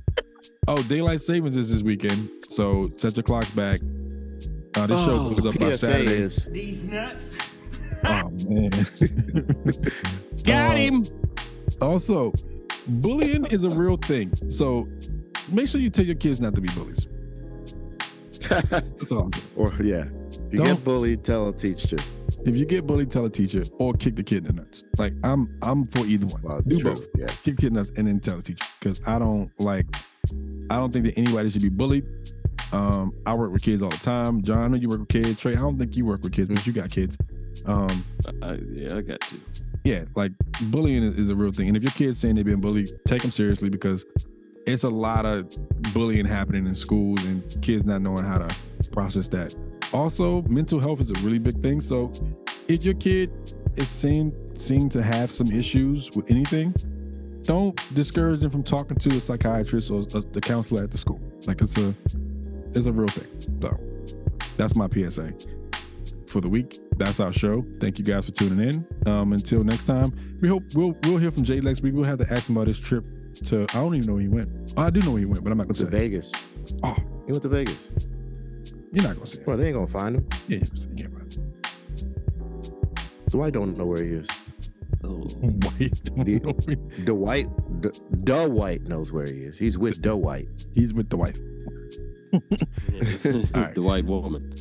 Speaker 3: oh daylight savings is this weekend, so set your clocks back. Uh, this show
Speaker 5: Oh,
Speaker 3: goes up by
Speaker 4: PSA
Speaker 3: Saturday.
Speaker 4: is
Speaker 1: These nuts.
Speaker 3: oh man,
Speaker 5: Got
Speaker 3: Um,
Speaker 5: him.
Speaker 3: Also, bullying is a real thing, so make sure you tell your kids not to be bullies. That's all I'm saying.
Speaker 4: or yeah. You
Speaker 3: Don't-
Speaker 4: get bullied, tell a teacher.
Speaker 3: If you get bullied, tell a teacher or kick the kid in the nuts. Like I'm, I'm for either one.
Speaker 4: Well,
Speaker 3: Do
Speaker 4: true,
Speaker 3: both.
Speaker 4: Yeah.
Speaker 3: kick kid nuts and then tell the teacher because I don't like I don't think that anybody should be bullied. Um, I work with kids all the time. John, I know you work with kids. Trey, I don't think you work with kids, but you got kids. Um,
Speaker 5: I, yeah, I got you.
Speaker 3: yeah, like bullying is, is a real thing. And if your kid's saying they've been bullied, take them seriously because it's a lot of bullying happening in schools and kids not knowing how to process that. Also, mental health is a really big thing. So if your kid is seen seen to have some issues with anything, don't discourage them from talking to a psychiatrist or a, the counselor at the school. Like it's a it's a real thing. So that's my PSA for the week. That's our show. Thank you guys for tuning in. Um, until next time, we hope we'll we'll hear from Jay next week. We'll have to ask him about his trip to. I don't even know where he went. Oh, I do know where he went, but I'm not
Speaker 4: Went
Speaker 3: gonna
Speaker 4: to
Speaker 3: say. it.
Speaker 4: Vegas.
Speaker 3: Oh.
Speaker 4: He went to Vegas.
Speaker 3: You're not gonna say. it.
Speaker 4: Well, they ain't gonna find him.
Speaker 3: Yeah, you can't say it.
Speaker 4: Dwight don't know where he is.
Speaker 5: Oh.
Speaker 3: White. Don't know.
Speaker 4: Dwight, D- Dwight knows where he is. He's with Dwight.
Speaker 3: He's with the wife. All right.
Speaker 5: The white woman.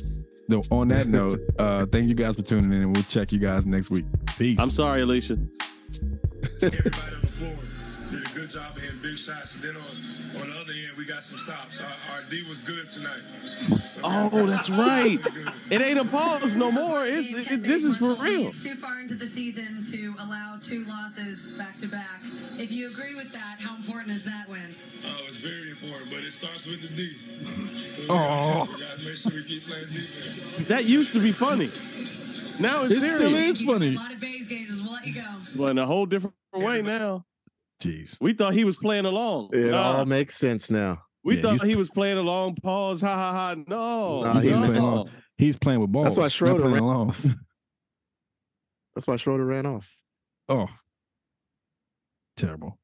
Speaker 3: Though on that note, uh, thank you guys for tuning in, and we'll check you guys next week. Peace.
Speaker 5: I'm sorry, Alicia.
Speaker 7: everybody on the floor did a good job of hitting big shots. And then on, on the other end, we got some stops. Our, our D was good tonight. So-
Speaker 5: Oh, that's right. It ain't a pause no more. It's it, this is for real.
Speaker 8: It's too far into the season to allow two losses back to back. If you agree with that, how important is that win?
Speaker 7: Oh, it's very important, but it starts with the D. So
Speaker 3: Oh.
Speaker 7: we gotta- we gotta make sure we keep playing defense.
Speaker 5: That used to be funny. Now it's
Speaker 3: It still
Speaker 5: serious.
Speaker 3: is. It's funny.
Speaker 8: A lot of Bays games. We'll let you go.
Speaker 5: But in a whole different way now.
Speaker 3: Jeez.
Speaker 5: We thought he was playing along.
Speaker 4: It
Speaker 5: Nah,
Speaker 4: all makes sense now.
Speaker 5: we
Speaker 3: Yeah,
Speaker 5: thought
Speaker 3: he's-
Speaker 5: he was playing along. Pause. Ha ha ha. No.
Speaker 4: Nah, he
Speaker 5: no.
Speaker 4: was
Speaker 3: playing along. He's playing with balls.
Speaker 4: That's why
Speaker 3: not
Speaker 4: Schroeder
Speaker 3: playing
Speaker 4: ran-
Speaker 3: along.
Speaker 4: That's why Schroeder ran off.
Speaker 3: oh, terrible.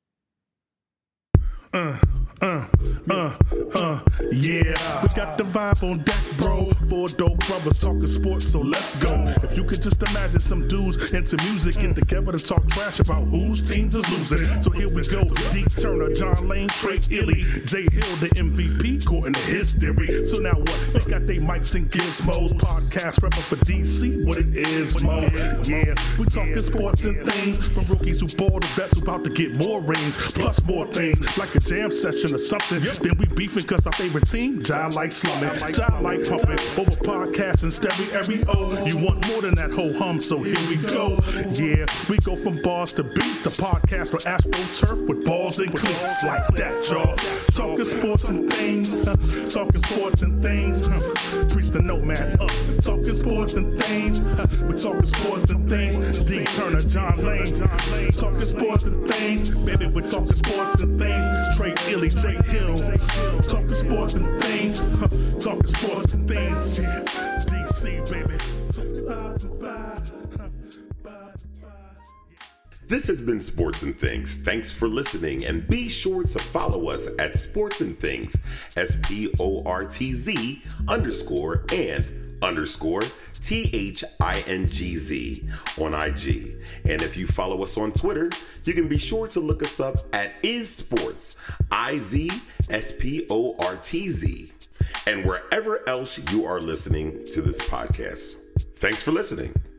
Speaker 1: uh, uh, uh, uh, yeah. We got the vibe on deck, bro. Four dope brothers talking sports, so let's go. If you could just imagine some dudes into music get together to talk trash about whose team is losing. So here we go. Deke Turner, John Lane, Trey Illy, Jay Hill, the MVP, caught in the history. So now what? They got they mics and gizmos. Podcast rapper for DC, what it is, mo. Yeah, we talking sports and things from rookies who ball to vets who about to get more rings, plus more things like a jam session or something. Then we beefing cause our favorite team, John like slumming, John like pumping over podcasts and stereo every O. You want more than that whole hum, so here we go. Yeah, we go from bars to beats to podcast or astro turf with balls and cleats like that, y'all. Talking sports and things, huh? talking sports and things. huh? Preach the nomad up, talking sports and things. huh? We talking sports and things. D Turner, John Lane, talking sports and things. Baby, we talking sports and things. Trey Illy, Jay Hill, talking sports and things. huh? Talking sports and things. Yeah. DC, baby. Bye, bye, huh? bye, bye.
Speaker 2: This has been Sports and Things. Thanks for listening, and be sure to follow us at Sports and Things, S P O R T Z underscore and underscore T H I N G Z on IG. And if you follow us on Twitter, you can be sure to look us up at Is Sports, I Z S P O R T Z, and wherever else you are listening to this podcast. Thanks for listening.